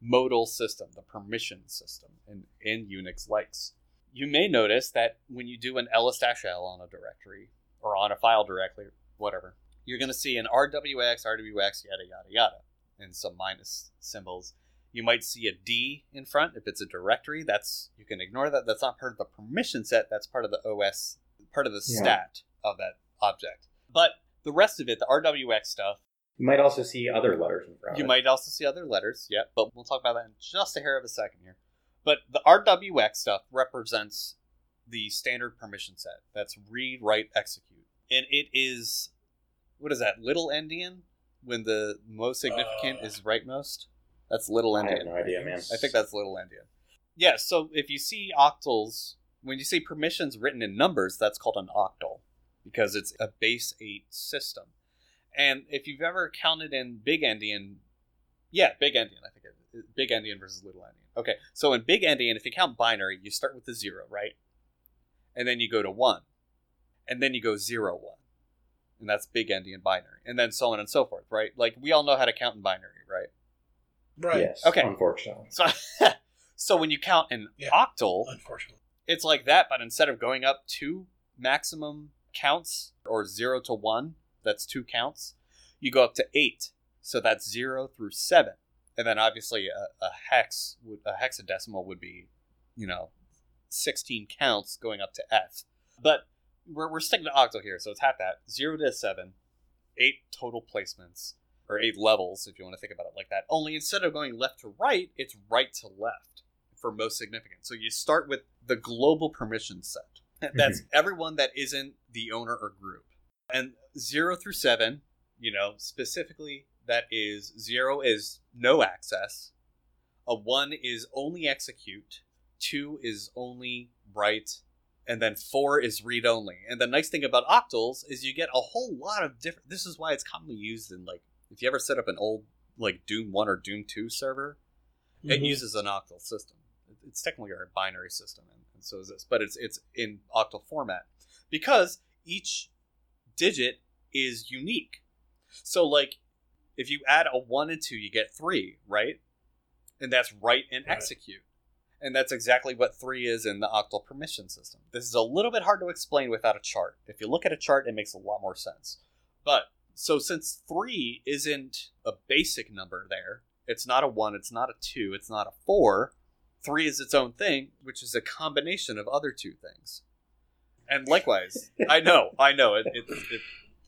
S1: modal system, the permission system in, in Unix likes. You may notice that when you do an ls-l on a directory or on a file directly, whatever, you're going to see an rwax, rwax, yada, yada, yada, and some minus symbols. You might see a D in front if it's a directory. That's you can ignore that. That's not part of the permission set. That's part of the OS, part of the
S2: Yeah.
S1: stat of that object. But the rest of it, the RWX stuff,
S2: You might also see other letters in front. of
S1: you
S2: it.
S1: might also see other letters, yeah, but we'll talk about that in just a hair of a second here. But the RWX stuff represents the standard permission set. That's read, write, execute. And it is, what is that, little endian? When the most significant
S3: Uh.
S1: is rightmost? That's little
S2: I have
S1: endian.
S2: no idea, man.
S1: I think that's little endian. Yeah, so if you see octals, when you see permissions written in numbers, that's called an octal because it's a base 8 system. And if you've ever counted in Big Endian, yeah, Big Endian, I think it, Big Endian versus Little Endian. Okay, so in Big Endian, if you count binary, you start with the 0, right? And then you go to 1. And then you go 0, 1. And that's Big Endian binary. And then so on and so forth, right? Like, we all know how to count in binary, right?
S3: Right.
S2: Yes.
S1: Okay.
S2: Unfortunately.
S1: So, so when you count an
S3: Yeah.
S1: octal,
S3: Unfortunately.
S1: it's like that, but instead of going up two maximum counts or zero to one, that's two counts, you go up to eight. So that's zero through seven, and then obviously a, a hex, would, a hexadecimal would be, you know, sixteen counts going up to F. But we're we're sticking to octal here, so it's half that zero to seven, eight total placements or eight levels if you want to think about it like that. Only instead of going left to right, it's right to left for most significant. So you start with the global permission set. That's everyone that isn't the owner or group. And zero through seven, you know, specifically, that is zero is no access, a one is only execute, two is only write, and then four is read only. And the nice thing about octals is you get a whole lot of different. This is why it's commonly used in like if you ever set up an old like Doom one or Doom two server,
S3: Mm-hmm.
S1: it uses an octal system. It- It's technically a binary system, and, and so is this, but it's it's in octal format because each digit is unique. So, like, if you add a one and two, you get three, right? And that's write and
S3: Right.
S1: execute, and that's exactly what three is in the octal permission system. This is a little bit hard to explain without a chart. If you look at a chart, it makes a lot more sense. But so since three isn't a basic number there, it's not a one, it's not a two, it's not a four. Three is its own thing, which is a combination of other two things. And likewise, I know, I know, it, it, it,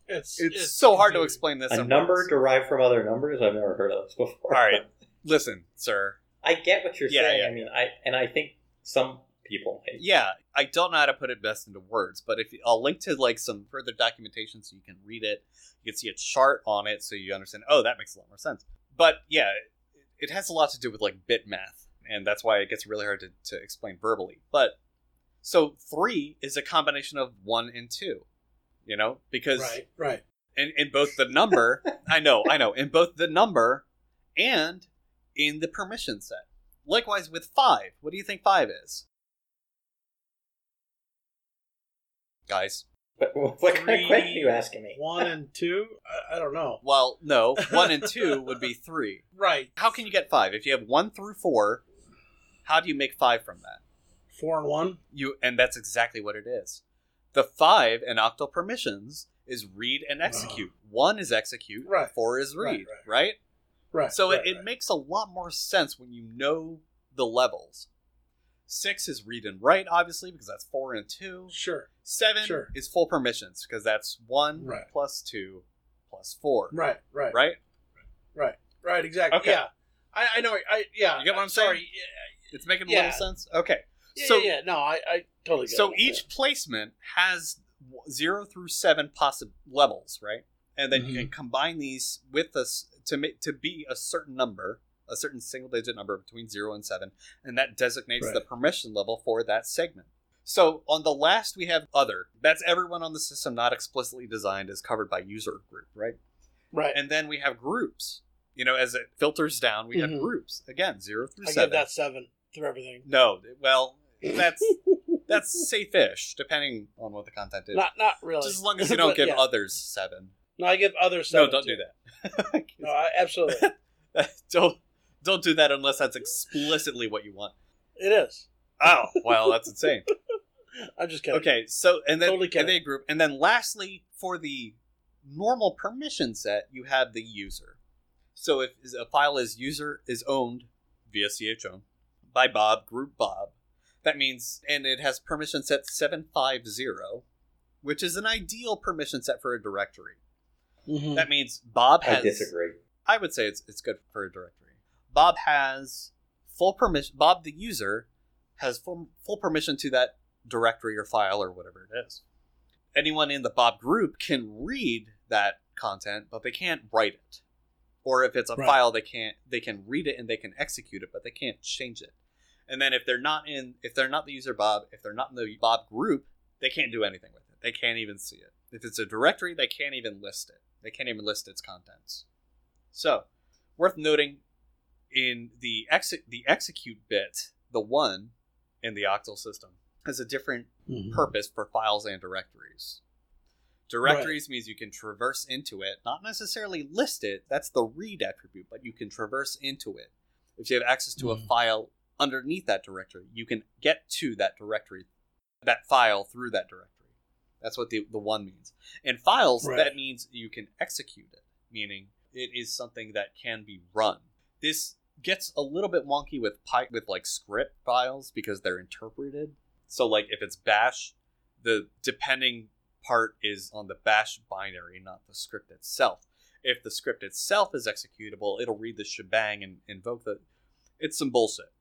S3: It's,
S1: it's, so hard to
S3: confusing.
S1: explain this.
S2: A
S1: in
S2: number
S1: words.
S2: derived from other numbers? I've never heard of this before.
S1: All right, listen, sir.
S2: I get what you're
S1: Yeah,
S2: saying.
S1: yeah,
S2: I mean, I and I think some people might.
S1: Yeah, I don't know how to put it best into words, but if I'll link to like some further documentation so you can read it, you can see a chart on it so you understand. Oh, that makes a lot more sense. But yeah, it, it has a lot to do with like bit math, and that's why it gets really hard to, to explain verbally. But so three is a combination of one and two, you know, because
S3: Right. Right.
S1: in, in both the number i know i know in both the number and in the permission set likewise with five what do you think five is guys
S2: But what kind
S3: Three.
S2: of question are you asking me?
S3: One and two. I, I don't know.
S1: well no one and two would be three
S3: Right.
S1: how can you get five if you have one through four how do you make five from that
S3: Four and one.
S1: you and that's exactly what it is the five in octal permissions is read and execute one is execute
S3: Right.
S1: four is
S3: Right,
S1: read
S3: right.
S1: right?
S3: Right.
S1: So
S3: right,
S1: it, it
S3: right.
S1: makes a lot more sense when you know the levels. Six is read and write, obviously, because that's four and two.
S3: Sure.
S1: Seven
S3: Sure.
S1: is full permissions, because that's one
S3: Right.
S1: plus two plus four.
S3: Right. Right.
S1: Right?
S3: Right. Right. Exactly.
S1: Okay.
S3: Yeah. I, I know. I yeah.
S1: You get what I'm
S3: sorry.
S1: saying? It's making a
S3: Yeah.
S1: little sense? Okay.
S3: Yeah,
S1: so
S3: yeah, yeah. No, I, I totally get
S1: so
S3: it.
S1: each placement has w- zero through seven possible levels, right? And then you
S3: Mm-hmm.
S1: can combine these with us to make to be a certain number, a certain single digit number between zero and seven, and that designates
S3: Right.
S1: the permission level for that segment. So on the last we have other. That's everyone on the system not explicitly designed as covered by user group, right?
S3: right.
S1: And then we have groups. You know, as it filters down, we
S3: Mhm.
S1: have groups. Again, zero through
S3: I
S1: seven.
S3: give that seven through everything.
S1: No, well, that's that's safe-ish, depending on what the content is.
S3: Not not really.
S1: Just as long as you don't
S3: But,
S1: give
S3: yeah.
S1: others seven.
S3: No, I give other seven.
S1: no, don't
S3: too.
S1: do that.
S3: No, I, absolutely.
S1: don't don't do that unless that's explicitly what you want.
S3: it is.
S1: Oh, well, that's insane.
S3: I'm just kidding.
S1: Okay, so and then
S3: Totally
S1: and
S3: kidding.
S1: then group, and then lastly, for the normal permission set, you have the user. So if a file is user is owned via ch own by Bob Group Bob, that means and it has permission set seven five zero, which is an ideal permission set for a directory.
S3: Mhm.
S1: That means Bob
S2: I
S1: has.
S2: disagree.
S1: I would say it's it's good for a directory. Bob has full permission. Bob the user has full full permission to that directory or file or whatever it is. Anyone in the Bob group can read that content, but they can't write it. Or if it's a
S3: Right.
S1: file, they can't they can read it and they can execute it, but they can't change it. And then if they're not in if they're not the user Bob, if they're not in the Bob group, they can't do anything with it. They can't even see it. If it's a directory, they can't even list it. They can't even list its contents. So, worth noting in the exit the execute bit, the one in the Octal system has a different
S3: Mhm.
S1: purpose for files and directories. Directories means you can traverse into it, not necessarily list it. That's the read attribute, but you can traverse into it. If you have access to a
S3: Mhm.
S1: file underneath that directory, you can get to that directory, that file through that directory. That's what the, the one means. And files,
S3: Right.
S1: that means you can execute it, meaning it is something that can be run. This gets a little bit wonky with Py- with like script files because they're interpreted. So like if it's bash, the depending part is on the bash binary, not the script itself. If the script itself is executable, it'll read the shebang and invoke the it's some bullshit.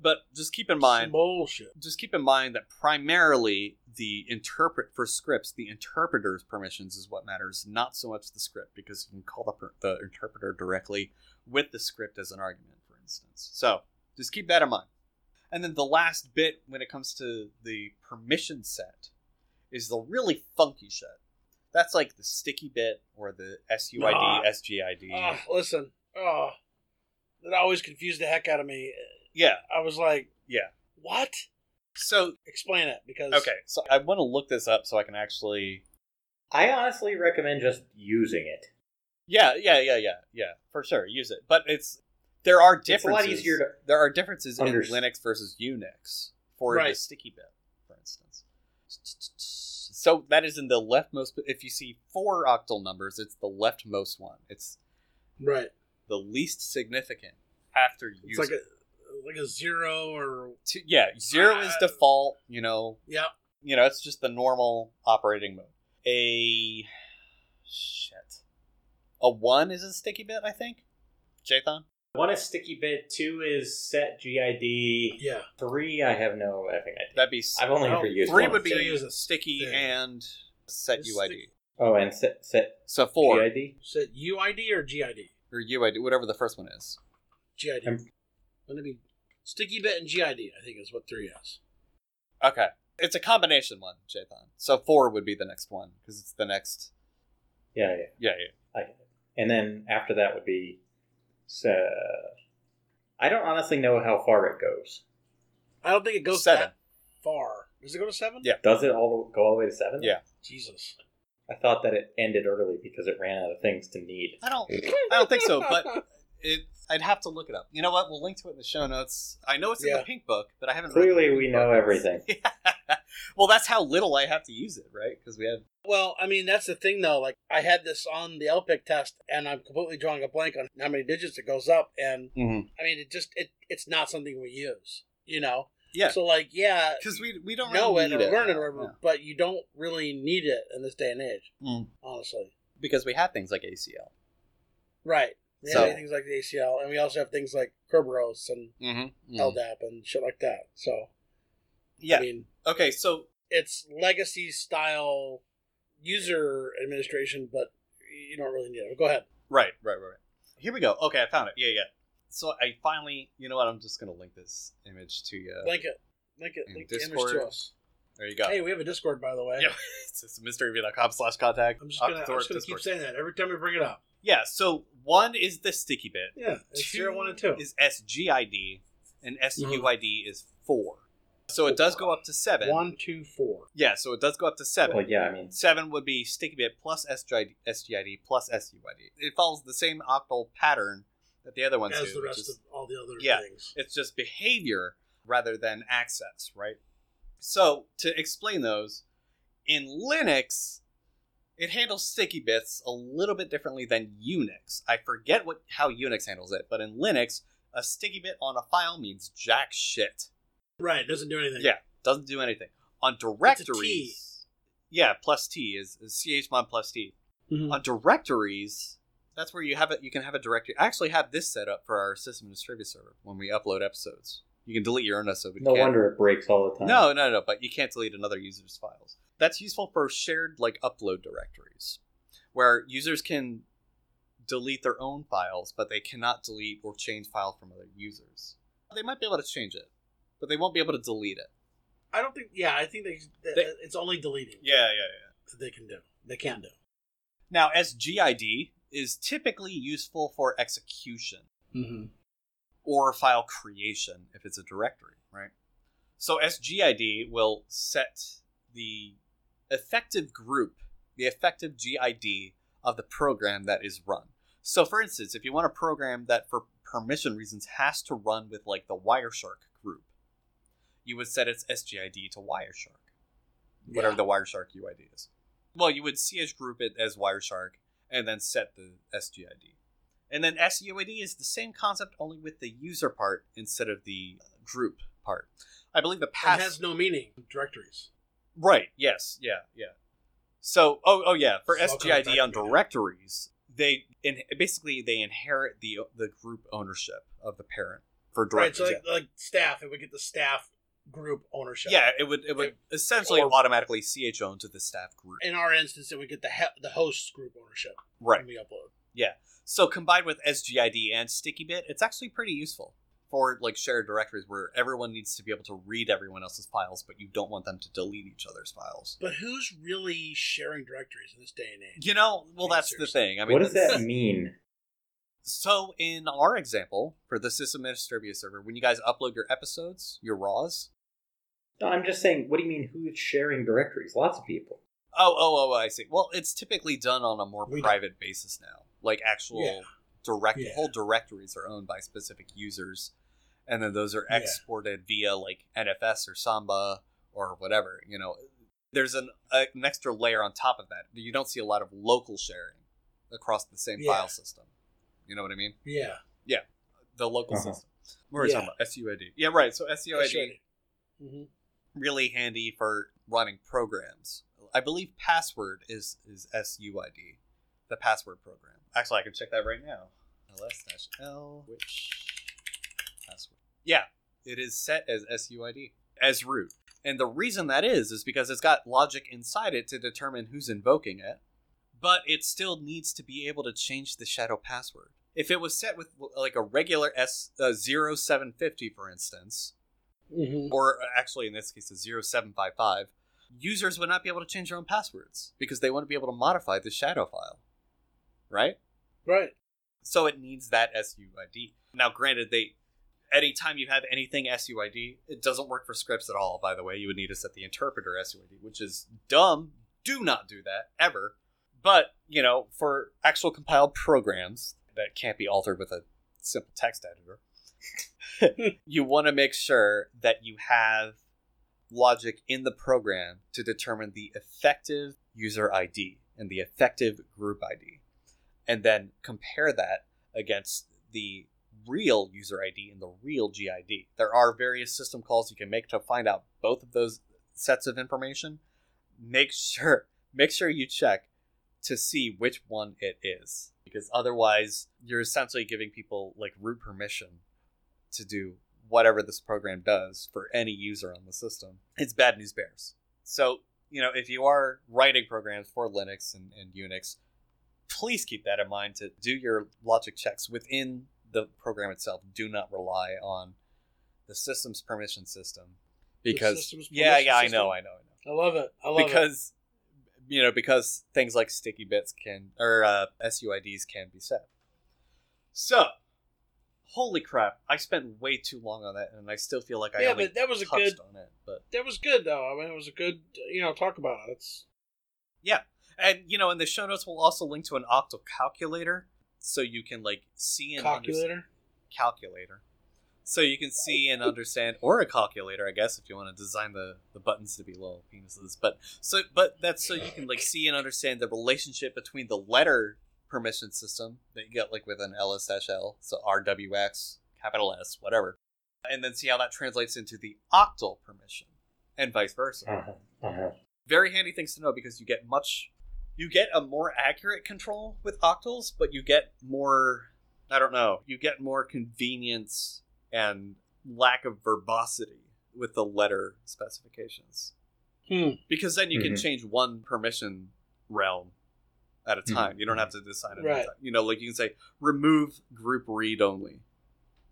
S1: But just keep in mind
S3: Some bullshit.
S1: just keep in mind that primarily the interpret for scripts, the interpreter's permissions is what matters, not so much the script, because you can call the, per- the interpreter directly with the script as an argument, for instance. So just keep that in mind. And then the last bit when it comes to the permission set is the really funky shit. That's like the sticky bit or the SUID,
S3: Ah.
S1: SGID.
S3: Ah, listen. Oh, that always confused the heck out of me.
S1: Yeah.
S3: I was like,
S1: Yeah.
S3: what?
S1: So,
S3: Explain it because
S1: okay. So I want to look this up so I can actually
S2: I honestly recommend just using it.
S1: Yeah, yeah, yeah, yeah, yeah, for sure. Use it, but it's there are
S2: It's a lot
S1: differences.
S2: easier to-
S1: there are differences
S2: Unders-
S1: in Linux versus Unix for the
S3: Right.
S1: sticky bit, for instance. So that is in the leftmost. If you see four octal numbers, it's the leftmost one. It's
S3: right.
S1: the least significant after user.
S3: It's like a like a zero or
S1: Two- yeah, zero is
S3: Ah.
S1: default. You know,
S3: yeah.
S1: you know, it's just the normal operating mode. A shit. A one is a sticky bit, I think. Jathan.
S2: One is sticky bit. Two is set GID.
S3: Yeah.
S2: Three, I have no effing idea.
S1: That'd be. s-
S2: I've only
S3: Oh,
S2: ever used
S1: Three
S2: one.
S1: would be
S3: So use a
S1: sticky
S3: thing.
S1: and set
S3: Just
S1: UID.
S3: stick-
S2: Oh, and set set
S1: So four
S2: GID.
S3: Is it UID or GID?
S1: or UID, whatever the first one is.
S3: GID.
S2: Um,
S3: Wouldn't it be sticky bit and GID? I think is what three is.
S1: Okay, it's a combination one, Jathan. So four would be the next one because it's the next.
S2: Yeah, yeah.
S1: Yeah, yeah.
S2: And then after that would be. So, I don't honestly know how far it goes.
S3: I don't think it goes
S1: Seven.
S3: that far. Does it go to seven?
S1: Yeah.
S2: Does it all go all the way to seven?
S1: Yeah.
S3: Jesus.
S2: I thought that it ended early because it ran out of things to need.
S1: I don't. I don't think so, but it. I'd have to look it up. You know what? We'll link to it in the show notes. I know it's in
S3: Yeah.
S1: the pink book, but I haven't. read the
S2: Clearly,
S1: pink
S2: we
S1: book.
S2: know everything.
S1: well, that's how little I have to use it, right? Because we have.
S3: Well, I mean that's the thing though. Like I had this on the LPIC test, and I'm completely drawing a blank on
S1: Mm-hmm.
S3: how many digits it goes up, and I mean, it just it it's not something we use. You know,
S1: Yeah.
S3: So like, yeah,
S1: Because we we don't
S3: know
S1: really
S3: it
S1: need
S3: or learn it or
S1: Yeah.
S3: whatever, but you don't really need it in this day and age,
S1: Mm.
S3: honestly.
S1: because we have things like ACL.
S3: Right. We have
S1: So-
S3: things like the ACL, and we also have things like Kerberos and
S1: Mm-hmm.
S3: LDAP and shit like that. So I
S1: Yeah.
S3: mean,
S1: Okay. So
S3: it's legacy style user administration, but you don't really need it. Go ahead.
S1: Right, right, right, right. Here we go. Okay, I found it. Yeah, yeah. So I finally, you know what? I'm just gonna link this image to you.
S3: Link it. Link it.
S1: In
S3: Link the image
S1: Discord.
S3: to us.
S1: There you go.
S3: Hey, we have a Discord, by the way.
S1: Yeah. it's just mysteryreview.com slash contact.
S3: I'm just gonna, I'm
S1: Octothorpe
S3: just gonna keep
S1: Discord.
S3: saying that every time we bring it up.
S1: Yeah. So one is the sticky bit.
S3: Yeah, it's zero, one, and two. Mm-hmm.
S1: is SGID, and SUID is four. So it does go up to seven.
S3: One, two, four.
S1: Yeah. So it does go up to seven.
S2: Well, yeah, I mean,
S1: Seven would be sticky bit plus SGID, SGID plus SUID. It follows the same octal pattern that the other ones
S3: As
S1: do.
S3: the
S1: which
S3: rest
S1: is-
S3: of all the other
S1: Yeah.
S3: things.
S1: It's just behavior rather than access, right? So to explain those, in Linux, it handles sticky bits a little bit differently than Unix. I forget what how Unix handles it, but in Linux, a sticky bit on a file means jack shit.
S3: Right, it doesn't do anything.
S1: Yeah. Doesn't do anything. On
S3: It's a T.
S1: directories. Yeah, plus T is, is chmod plus T
S3: Mhm.
S2: Mm.
S1: on uh, directories that's where you have it you can have a directory i actually have this set up for our system distribute server when we upload episodes you can delete your own episode but you
S2: no
S1: can't-
S2: wonder it breaks all the time.
S1: no no no but you can't delete another user's files that's useful for shared like upload directories where users can delete their own files but they cannot delete or change files from other users they might be able to change it but they won't be able to delete it
S3: I don't think. Yeah, I think they, that
S1: They-
S3: it's only deleting
S1: yeah yeah yeah
S3: that they can do. They can do.
S1: now sgid is typically useful for execution
S3: Mm-hmm.
S1: or file creation if it's a directory, right? So SGID will set the effective group, the effective GID of the program that is run. So, for instance, if you want a program that for permission reasons has to run with like the Wireshark group, you would set its SGID to Wireshark whatever the Wireshark UID is. Well, you would CH group it as Wireshark and then set the SGID. And then E SUID is the same concept, only with the user part instead of the group part. I believe the
S3: It
S1: pass.
S3: has no meaning. Directories.
S1: right, yes, yeah, yeah. So, oh, oh yeah, for
S3: So I'll come back
S1: SGID on
S3: to it.
S1: directories, they in, basically they inherit the the group ownership of the parent for
S3: Right.
S1: directories.
S3: So like, like staff, it would get the staff group ownership.
S1: yeah, it would it would essentially
S3: or-
S1: automatically CH own to the staff group.
S3: In our instance, it would get the he- the host's group ownership
S1: Right.
S3: when we upload.
S1: So combined with SGID and StickyBit, it's actually pretty useful for like shared directories where everyone needs to be able to read everyone else's files, but you don't want them to delete each other's files.
S3: But who's really sharing directories in this day and age?
S1: You know, well, that's the thing. I mean,
S2: what does
S1: that's-
S2: that mean?
S1: So in our example for the System Distribute server, when you guys upload your episodes, your RAWs.
S2: No, I'm just saying. What do you mean? Who's sharing directories? Lots of people.
S1: Oh, oh, oh, I see. Well, it's typically done on a more
S3: We-
S1: private basis now. Like actual
S3: Yeah.
S1: direct
S3: Yeah.
S1: whole directories are owned by specific users and then those are
S3: Yeah.
S1: exported via like nfs or samba or whatever you know there's an, a, an extra layer on top of that you don't see a lot of local sharing across the same
S3: Yeah.
S1: file system you know what i mean
S3: Yeah.
S1: the local
S2: Uh-huh.
S1: system what are we
S3: Yeah.
S1: talking about suid yeah right so suid
S3: Mhm.
S1: really handy for running programs i believe password is is suid the password program actually i can check that right now ls-l which password. Yeah, it is set as SUID, as root. And the reason that is, is because it's got logic inside it to determine who's invoking it, but it still needs to be able to change the shadow password. If it was set with like a regular S uh, 0750, for instance,
S3: Mhm.
S1: or uh, actually in this case a 0755, users would not be able to change their own passwords because they wouldn't be able to modify the shadow file, right?
S3: Right.
S1: So it needs that SUID. Now, granted, they anytime you have anything SUID, it doesn't work for scripts at all, by the way. You would need to set the interpreter SUID, which is dumb. Do not do that ever. But, you know, for actual compiled programs that can't be altered with a simple text editor, you want to make sure that you have logic in the program to determine the effective user ID and the effective group ID and then compare that against the real user ID and the real GID. There are various system calls you can make to find out both of those sets of information. Make sure make sure you check to see which one it is because otherwise you're essentially giving people like root permission to do whatever this program does for any user on the system. It's bad news bears. So, you know, if you are writing programs for Linux and, and Unix, please keep that in mind to do your logic checks within the program itself. Do not rely on the system's permission system because
S3: system's
S1: yeah,
S3: permission
S1: yeah, I
S3: system?
S1: know, I know, I know
S3: I love it. I love it.
S1: because you know because things like sticky bits can or uh, SUIDs can be set. So, holy crap! I spent way too long on that, and I still feel like I
S3: Yeah,
S1: only
S3: but that was a
S1: touched
S3: good-
S1: on it. But
S3: That was good though. I mean, it was a good you know talk about it. It's
S1: and you know, in the show notes, we'll also link to an octal calculator, so you can like see and understand-
S3: calculator.
S1: calculator. So you can see and understand, or a calculator, I guess, if you want to design the, the buttons to be little penises. But so, but that's so you can like see and understand the relationship between the letter permission system that you get like with an LSHL, so RWX, capital S, whatever, and then see how that translates into the octal permission, and vice versa
S2: Uh-huh,
S1: very handy things to know because you get much you get a more accurate control with octals but you get more i don't know you get more convenience and lack of verbosity with the letter specifications
S3: Hmm.
S1: because then you can
S2: Mhm.
S1: change one permission realm at a time you don't have to decide it at a
S3: Right.
S1: time. you know like you can say remove group read only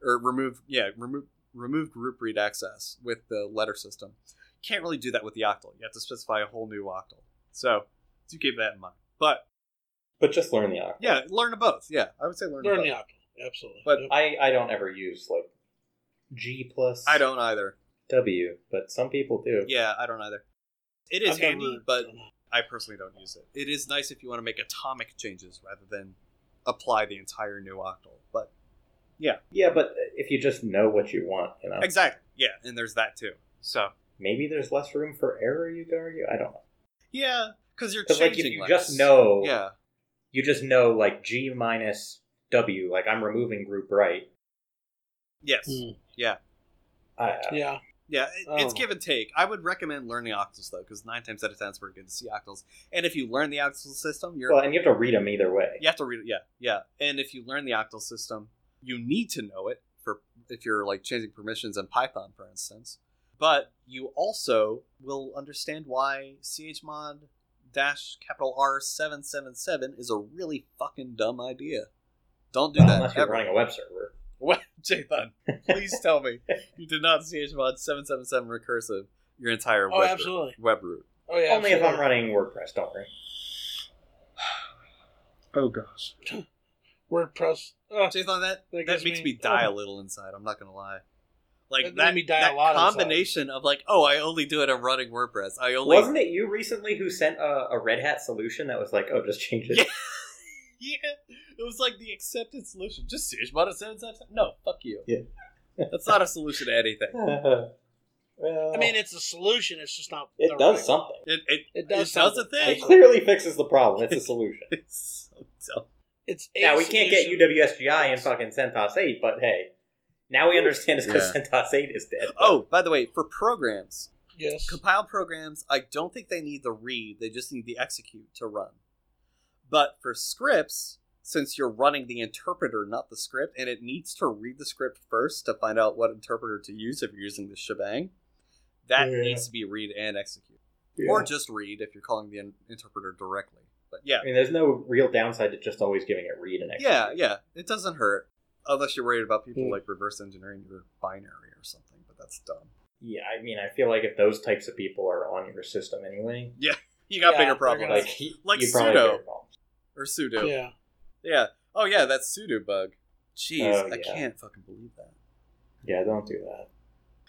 S1: or remove yeah remove remove group read access with the letter system can't really do that with the octal. You have to specify a whole new octal. So do keep that in mind. But
S2: But just learn the octal.
S1: yeah, learn to both. Yeah, I would say learn, to
S3: Learn
S1: both.
S3: the option. Absolutely.
S1: But
S3: Yep.
S2: I, I don't ever use like G plus
S1: I don't either.
S2: W, but some people do.
S1: Yeah, I don't either. It is
S3: I've never-
S1: handy, but I personally don't use it. It is nice if you want to make atomic changes rather than apply the entire new octal. But
S2: Yeah, but if you just know what you want, you know,
S3: Oh.
S1: exactly, yeah, and there's that too. So
S2: maybe there's less room for error. You could argue. I don't know.
S1: yeah, because you're
S2: Because
S1: changing.
S2: like if you
S1: less.
S2: just know,
S1: yeah,
S2: you just know like G minus W. Like I'm removing group right.
S1: yes,
S3: Hmm.
S2: I,
S3: yeah.
S1: Yeah, it, it's
S3: Oh.
S1: give and take. I would recommend learning octals though, because nine times out of ten, it's pretty good to see octals. And if you learn the octal system, you're
S2: well, and you have to read them either way.
S1: you have to read it. Yeah, yeah. And if you learn the octal system, you need to know it for if you're like changing permissions in Python, for instance. But you also will understand why chmod dash capital R seven seven seven is a really fucking dumb idea. Don't do
S2: Well,
S1: that.
S2: unless you're
S1: ever.
S2: running a web server.
S1: What, Jathan? Please tell me you did not chmod seven seven seven recursive your entire
S3: Oh,
S1: web root-
S3: absolutely.
S1: web root.
S3: Oh yeah.
S2: Only if I'm running WordPress. Don't worry.
S1: Oh gosh,
S3: WordPress. Ugh.
S1: Jathan, that that,
S3: That gives
S1: makes
S3: me-
S1: me die a little inside. I'm not gonna lie. Like
S3: That
S1: that,
S3: made me die a
S1: that
S3: lot inside.
S1: combination of like, oh, I only do it. I'm running WordPress. I only
S2: Wasn't it you recently who sent a, a Red Hat solution that was like, oh, just change it?
S1: Yeah. yeah. It was like the accepted solution. Just chmod at seven seven seven. No, fuck you.
S2: Yeah.
S1: That's not a solution to anything.
S2: well,
S3: I mean, it's a solution. It's just not.
S2: it
S3: the
S2: does
S3: right
S2: something.
S1: It it,
S3: It
S1: it
S3: does
S1: does, a
S3: something.
S2: It
S1: thing.
S2: clearly fixes the problem. It's a solution.
S1: It's so dumb.
S3: It's a
S2: now we can't get
S3: solution.
S2: UWSGI in fucking CentOS 8, but hey, now we understand it's because
S1: Yeah.
S2: CentOS 8 is dead.
S1: Oh, by the way, for programs,
S3: Yes.
S1: compile programs i don't think they need the read they just need the execute to run but for scripts since you're running the interpreter not the script and it needs to read the script first to find out what interpreter to use if you're using the shebang that
S2: Yeah.
S1: needs to be read and execute or just read if you're calling the in- interpreter directly but yeah
S2: I mean, there's no real downside to just always giving it read and execute.
S1: yeah yeah it doesn't hurt unless you're worried about people
S3: Hmm.
S1: like reverse engineering your binary or something but that's dumb
S2: Yeah, I mean, I feel like if those types of people are on your system anyway,
S1: you got
S3: Yeah,
S1: bigger
S3: they're gonna-
S1: problems
S2: like,
S1: Like
S2: you probably
S1: sudo.
S2: have bigger problems.
S1: or sudo
S3: Yeah.
S1: Yeah. Oh yeah, that's pseudo bug. Jeez,
S2: Oh,
S1: I
S2: yeah.
S1: can't fucking believe that.
S2: Yeah, don't do that.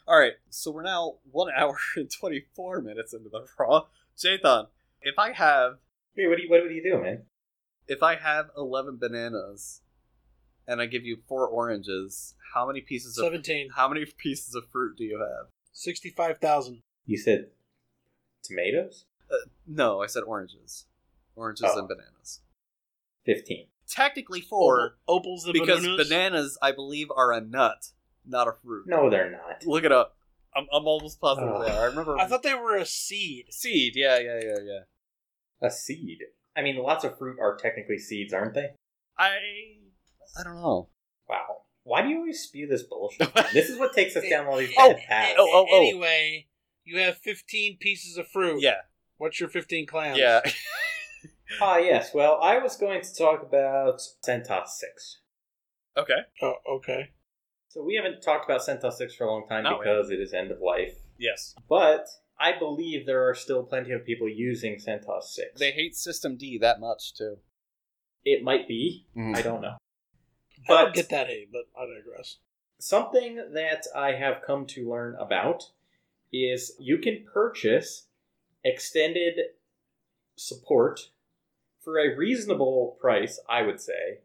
S1: All right, so we're now one hour and twenty four minutes into the raw. Jathan, if I have
S2: Hey, what do you, what do you do, man?
S1: if I have eleven bananas, and I give you four oranges, how many pieces of
S3: Seventeen.
S1: how many pieces of fruit do you have?
S3: Sixty-five thousand.
S2: You said tomatoes?
S1: No, I said oranges, oranges
S2: Oh.
S1: and bananas.
S2: 15.
S1: technically four
S4: Opals the
S1: because
S4: bananas.
S1: bananas? I believe, are a nut, not a fruit.
S2: No, they're not.
S1: Look it up. I'm, I'm almost positive
S2: Ugh.
S1: there. I remember.
S3: I thought they were a seed.
S1: seed. Yeah, yeah, yeah, yeah.
S2: A seed. I mean, lots of fruit are technically seeds, aren't they?
S1: I I don't know.
S2: Wow. Why do you always spew this bullshit? this is what takes us down all these
S3: Oh,
S2: bad paths.
S1: oh, oh, oh.
S3: Anyway, you have 15 pieces of fruit.
S1: Yeah,
S3: What's your 15 clams?
S1: yeah.
S2: Ah, yes. Well, I was going to talk about CentOS 6.
S1: okay.
S3: Oh, okay.
S2: So we haven't talked about CentOS 6 for a long time
S1: No, we
S2: because it is end of life.
S1: Yes.
S2: But I believe there are still plenty of people using CentOS 6.
S1: They hate System D that much too.
S2: it might be.
S1: Mm.
S2: I don't know.
S3: I
S2: But
S3: don't get that A, but I digress.
S2: something that I have come to learn about is you can purchase extended support for a reasonable price, I would say,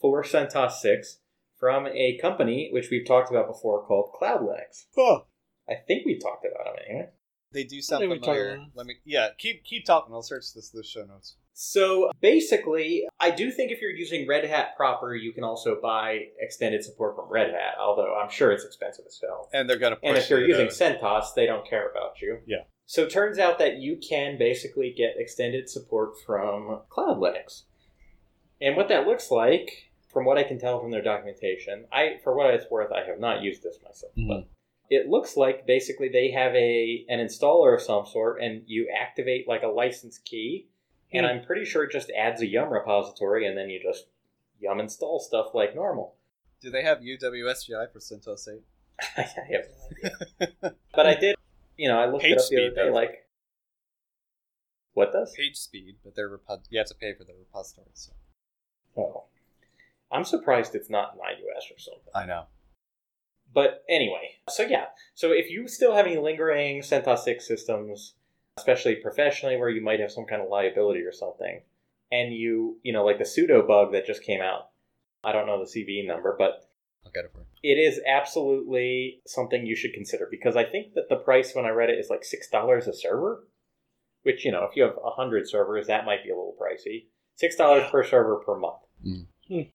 S2: for CentOS 6 from a company which we've talked about before called CloudLex.
S3: Huh.
S2: I think we talked about them anyway.
S1: They do
S3: I
S1: sound
S3: think we
S1: familiar.
S3: talked-
S1: Let me. Yeah. Keep keep talking. I'll search this the show notes.
S2: So basically, I do think if you're using Red Hat proper, you can also buy extended support from Red Hat, although I'm sure it's expensive as hell.
S1: And they're gonna. Push
S2: And if you're
S1: it
S2: using
S1: out.
S2: CentOS, they don't care about you.
S1: Yeah.
S2: So it turns out that you can basically get extended support from Cloud Linux. And what that looks like, from what I can tell from their documentation, I for what it's worth, I have not used this myself,
S1: Hmm.
S2: but it looks like basically they have a an installer of some sort and you activate like a license key. And
S3: Hmm.
S2: I'm pretty sure it just adds a yum repository and then you just yum install stuff like normal.
S1: do they have UWSGI for CentOS 8?
S2: I have no idea. but I did, you know, I looked it
S1: Page
S2: up the other
S1: speed,
S2: day.
S1: though.
S2: Like, what does?
S1: Page speed, but they're repo- you have to pay for the repository. So.
S2: Oh, I'm surprised it's not in iOS or something.
S1: I know.
S2: But anyway, so yeah, so if you still have any lingering CentOS 6 systems, especially professionally where you might have some kind of liability or something, and you, you know, like the pseudo bug that just came out, I don't know the CVE number, but
S1: I'll get it for you.
S2: it is absolutely something you should consider because I think that the price when I read it is like six dollars a server, which you know if you have a hundred servers that might be a little pricey. Six dollars
S3: Yeah.
S2: per server per month.
S1: Mm.
S3: Hmm.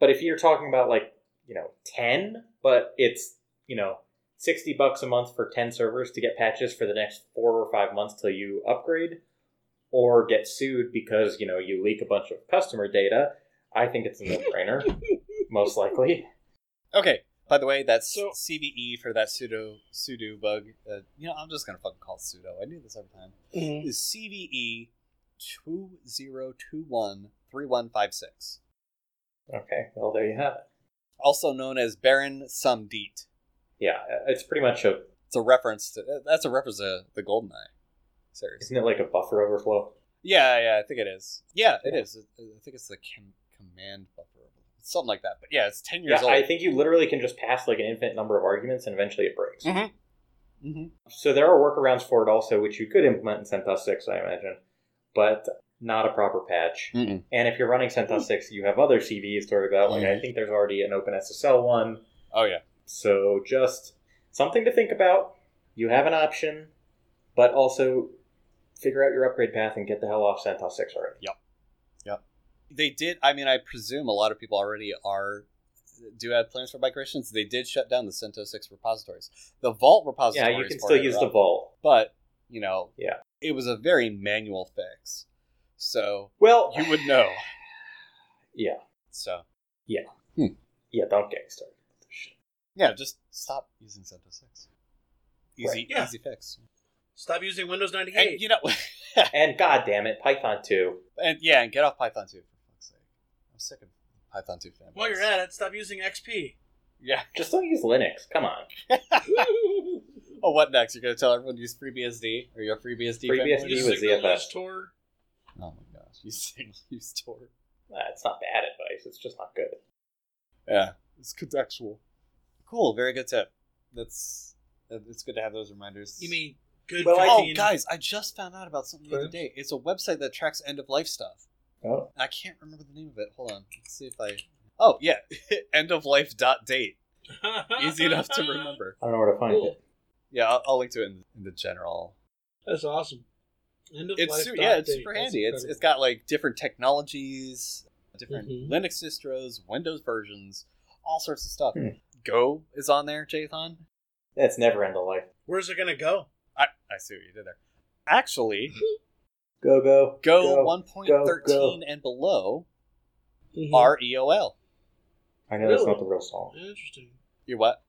S2: But if you're talking about like you know ten, but it's you know sixty bucks a month for ten servers to get patches for the next four or five months till you upgrade, or get sued because you know you leak a bunch of customer data. I think it's a no-brainer, most likely.
S1: Okay. By the way, that's
S3: So-
S1: CVE for that pseudo sudo bug. Uh, you know, I'm just gonna fucking call it pseudo. I knew this every time.
S3: Mhm.
S1: Is CVE two zero two one three one five six,
S2: Okay, well there you have it.
S1: also known as Baron Sumdeet.
S2: Yeah, uh, it's pretty much a
S1: It's a reference to that's a reference to the Goldeneye series.
S2: isn't it like a buffer overflow?
S1: Yeah, yeah, I think it is. Yeah, it is. I I think it's the com- command buffer, something like that. But yeah, it's ten years
S2: yeah,
S1: old.
S2: I think you literally can just pass like an infinite number of arguments and eventually it breaks.
S1: Mhm.
S2: So there are workarounds for it also, which you could implement in CentOS 6, I imagine, but not a proper patch.
S1: Mm-mm.
S2: And if you're running CentOS 6, you have other CVEs to worry about. Like I think there's already an OpenSSL one.
S1: Oh yeah,
S2: So just something to think about. You have an option, but also figure out your upgrade path and get the hell off CentOS 6 already.
S1: they did. I mean, I presume a lot of people already are do have plans for migrations. They did shut down the CentOS six repositories. The Vault
S2: Yeah,
S1: repository.
S2: you can still use the
S1: the
S2: vault.
S1: but you know,
S2: Yeah.
S1: it was a very manual fix, so
S2: Well,
S1: you would know.
S2: Yeah.
S1: So
S2: Yeah, don't get me started.
S1: yeah, just stop using CentOS six. Easy,
S2: Right.
S3: Yeah.
S1: easy fix.
S3: Stop using Windows 98.
S1: And you know,
S2: And god damn it, Python 2.
S1: and yeah, and get off Python two for fuck's sake. I'm sick of Python two fan.
S3: While you're at it, stop using XP.
S1: yeah.
S2: Just don't use Linux. Come on.
S1: Oh, what next? You're gonna tell everyone to use FreeBSD or your FreeBSD?
S2: FreeBSD
S1: fanboy?
S2: He
S3: Use
S2: was
S3: Signal,
S2: ZFS.
S3: use Tor.
S1: Oh my gosh, you sing, you store.
S2: Uh, it's not bad advice. It's just not good.
S1: Yeah, it's contextual. Cool, very good tip. That's that- it's good to have those reminders.
S3: You mean good
S2: Well, I-
S1: oh
S3: 15?
S1: guys, I just found out about something the other
S2: Huh?
S1: day. It's a website that tracks end of life stuff.
S2: Oh.
S1: I can't remember the name of it. Hold on, let's see if I. Oh yeah, end of life dot date. Easy enough to remember.
S2: I don't know where to find
S3: Cool.
S2: it.
S1: Yeah, I'll, I'll link to it in, in the general
S3: That's awesome. End of
S1: it's
S3: life
S1: su-
S3: dot
S1: yeah, it's
S3: date.
S1: super
S3: That's
S1: handy. It's
S3: incredible.
S1: it's got like different technologies. different
S3: Mhm.
S1: Linux distros, Windows versions, all sorts of stuff.
S2: Hmm.
S1: Go is on there, Jathan.
S2: That's never end of life.
S3: Where's it gonna go?
S1: I, I see what you did there. Actually,
S2: Go go
S1: Go,
S2: one.
S1: 1.13
S2: go.
S1: and below
S3: Mm-hmm.
S1: E are EOL.
S2: I know that's
S3: Really?
S2: not the real song.
S3: Interesting.
S1: You what?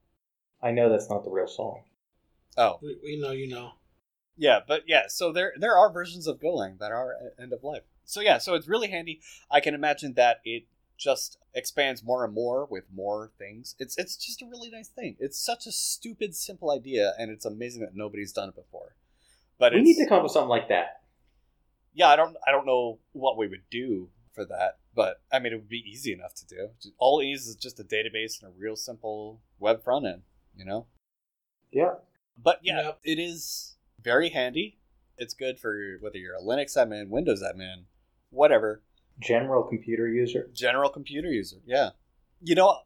S2: I know that's not the real song.
S1: Oh,
S3: We, we know you know.
S1: yeah, but yeah. So there there are versions of Golang that are e- end of life. So yeah, so it's really handy. I can imagine that it just expands more and more with more things. It's it's just a really nice thing. It's such a stupid simple idea, and it's amazing that nobody's done it before. But
S2: we
S1: it's,
S2: need to come up with something like that.
S1: yeah, I don't I don't know what we would do for that, but I mean it would be easy enough to do. All it needs is just a database and a real simple web front end, you know?
S2: Yeah.
S1: But yeah,
S3: Yep.
S1: it is very handy. It's good for whether you're a Linux admin, Windows admin, whatever,
S2: General computer user.
S1: general computer user. Yeah. You know,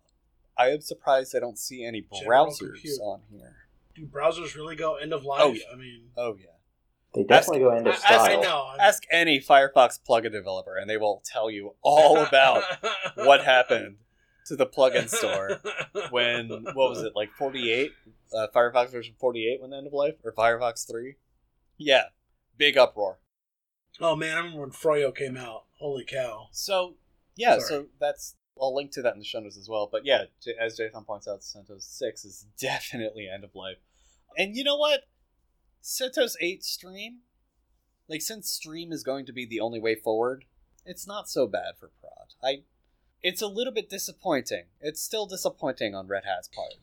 S1: I am surprised I don't see any
S3: General
S1: browsers
S3: computer.
S1: on here.
S3: Do browsers really go end of life?
S1: Oh, yeah.
S3: I mean,
S1: Oh yeah.
S2: They definitely go end
S3: I,
S2: of
S3: I-
S2: style.
S3: I know. I'm-
S1: Ask any Firefox plugin developer and they will tell you all about what happened to the plugin store when what was it like 48 uh, firefox version 48 went end of life or firefox 3 yeah big uproar
S3: Oh man, I remember when Froyo came out. Holy cow!
S1: so yeah
S3: Sorry.
S1: so that's i'll link to that in the show notes as well but yeah J- as jathan points out centos 6 is definitely end of life and you know what centos 8 stream like since stream is going to be the only way forward it's not so bad for prod i it's a little bit disappointing it's still disappointing on red hat's part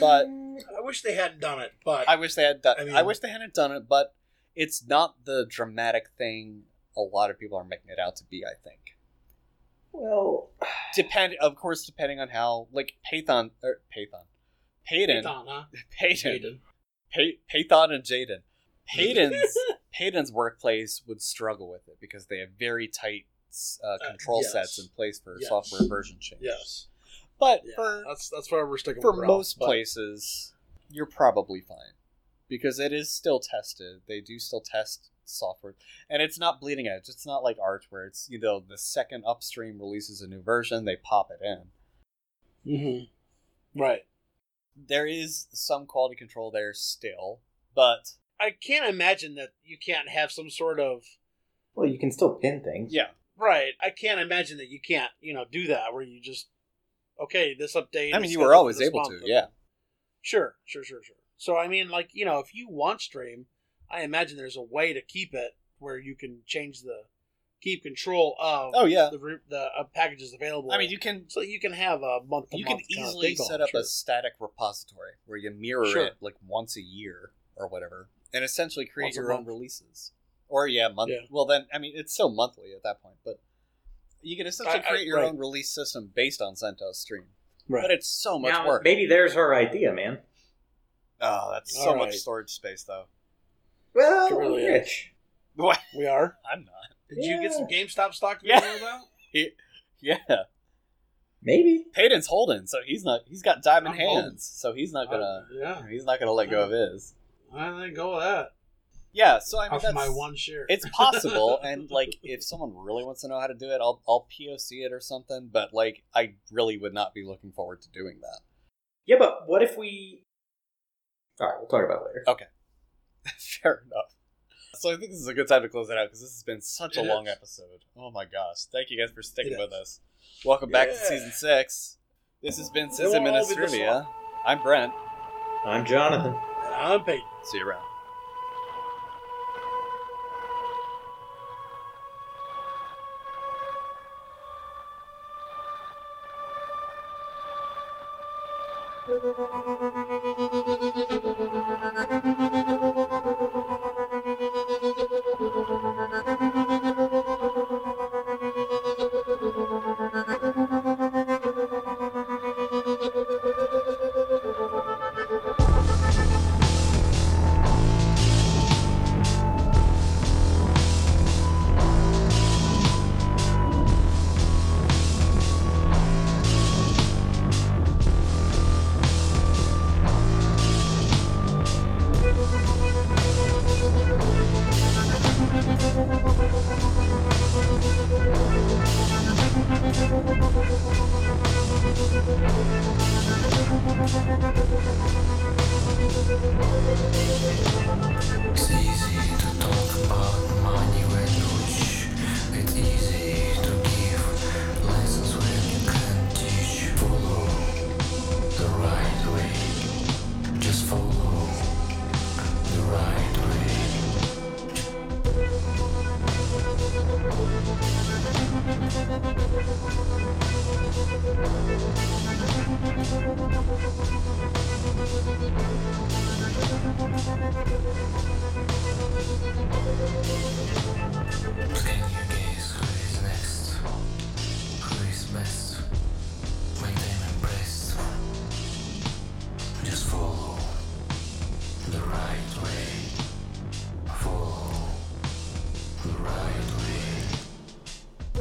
S1: But-
S3: I wish they hadn't done it, but
S1: I wish they had done. I,
S3: I mean-
S1: wish they hadn't done it, but it's not the dramatic thing a lot of people are making it out to be. I think.
S2: well,
S1: Depend, of course, depending on how like er, Python or Python, Payton,
S3: Python, huh?
S1: Payton,
S3: Jaden.
S1: Pay- Python and Jaden, Payton's Payton's workplace would struggle with it because they have very tight uh, control
S3: yes.
S1: sets in place for
S3: Yes.
S1: software version change.
S3: Yes.
S1: but
S3: Yeah,
S1: for
S3: that's that's why we're sticking
S1: for
S3: with Ralph,
S1: most
S3: but-
S1: places, you're probably fine because it is still tested. They do still test software, and it's not bleeding edge. It's not like Arch where it's you know the second upstream releases a new version, they pop it in.
S3: Mhm. Right.
S1: There is some quality control there still, but
S3: I can't imagine that you can't have some sort of
S2: well, you can still pin things.
S1: yeah,
S3: right. I can't imagine that you can't you know do that where you just okay this update.
S1: I mean
S3: is
S1: you were
S3: scheduled
S1: always
S3: for this
S1: able to,
S3: month.
S1: yeah.
S3: Sure, sure, sure, sure. So I mean, like you know, if you want stream, I imagine there's a way to keep it where you can change the keep control of
S1: Oh yeah,
S3: the re- the uh, packages available.
S1: I mean you can
S3: so you can have a month.
S1: you can easily set up a static repository where you mirror
S3: Sure.
S1: it like once a year or whatever, and essentially create
S3: Once a
S1: your own
S3: month.
S1: releases. Or yeah, month.
S3: Yeah.
S1: Well, then I mean it's still monthly at that point, but you can essentially
S3: I- I-
S1: create your
S3: right.
S1: own release system based on CentOS Stream.
S3: Right.
S1: But it's so much
S2: Now,
S1: work.
S2: maybe there's her idea, man.
S1: oh, that's so
S3: All
S1: much
S3: right.
S1: storage space, though.
S2: Well,
S3: It really is.
S2: Rich.
S1: What?
S3: we are.
S1: I'm not.
S3: Did you get some GameStop stock?
S1: Yeah.
S3: Yeah. About?
S1: Yeah,
S2: Maybe.
S1: Payton's holding, so he's not. He's got diamond
S3: I'm
S1: hands,
S3: holding. Uh,
S1: so he's not gonna.
S3: yeah.
S1: he's not gonna let go of his.
S3: I think go with that.
S1: Yeah. So I mean,
S3: Off
S1: that's
S3: my one share.
S1: it's possible and like if someone really wants to know how to do it i'll i'll poc it or something but like i really would not be looking forward to doing that
S2: Yeah, but what if we? All right, we'll talk about it later.
S1: fair enough so i think this is a good time to close it out because this has been such a
S3: It
S1: long
S3: is.
S1: episode oh my gosh thank you guys for sticking
S3: It
S1: with
S3: is.
S1: us welcome back to
S3: Yeah.
S1: season six this has been
S3: They won't
S1: sism and
S3: all be this
S1: Astrivia. i'm brent
S2: I'm Jonathan.
S3: I'm paid.
S1: see you around
S4: Thank Look in your gaze, who is next? Who is best? Make them impressed. Just follow the right way. Follow the right way.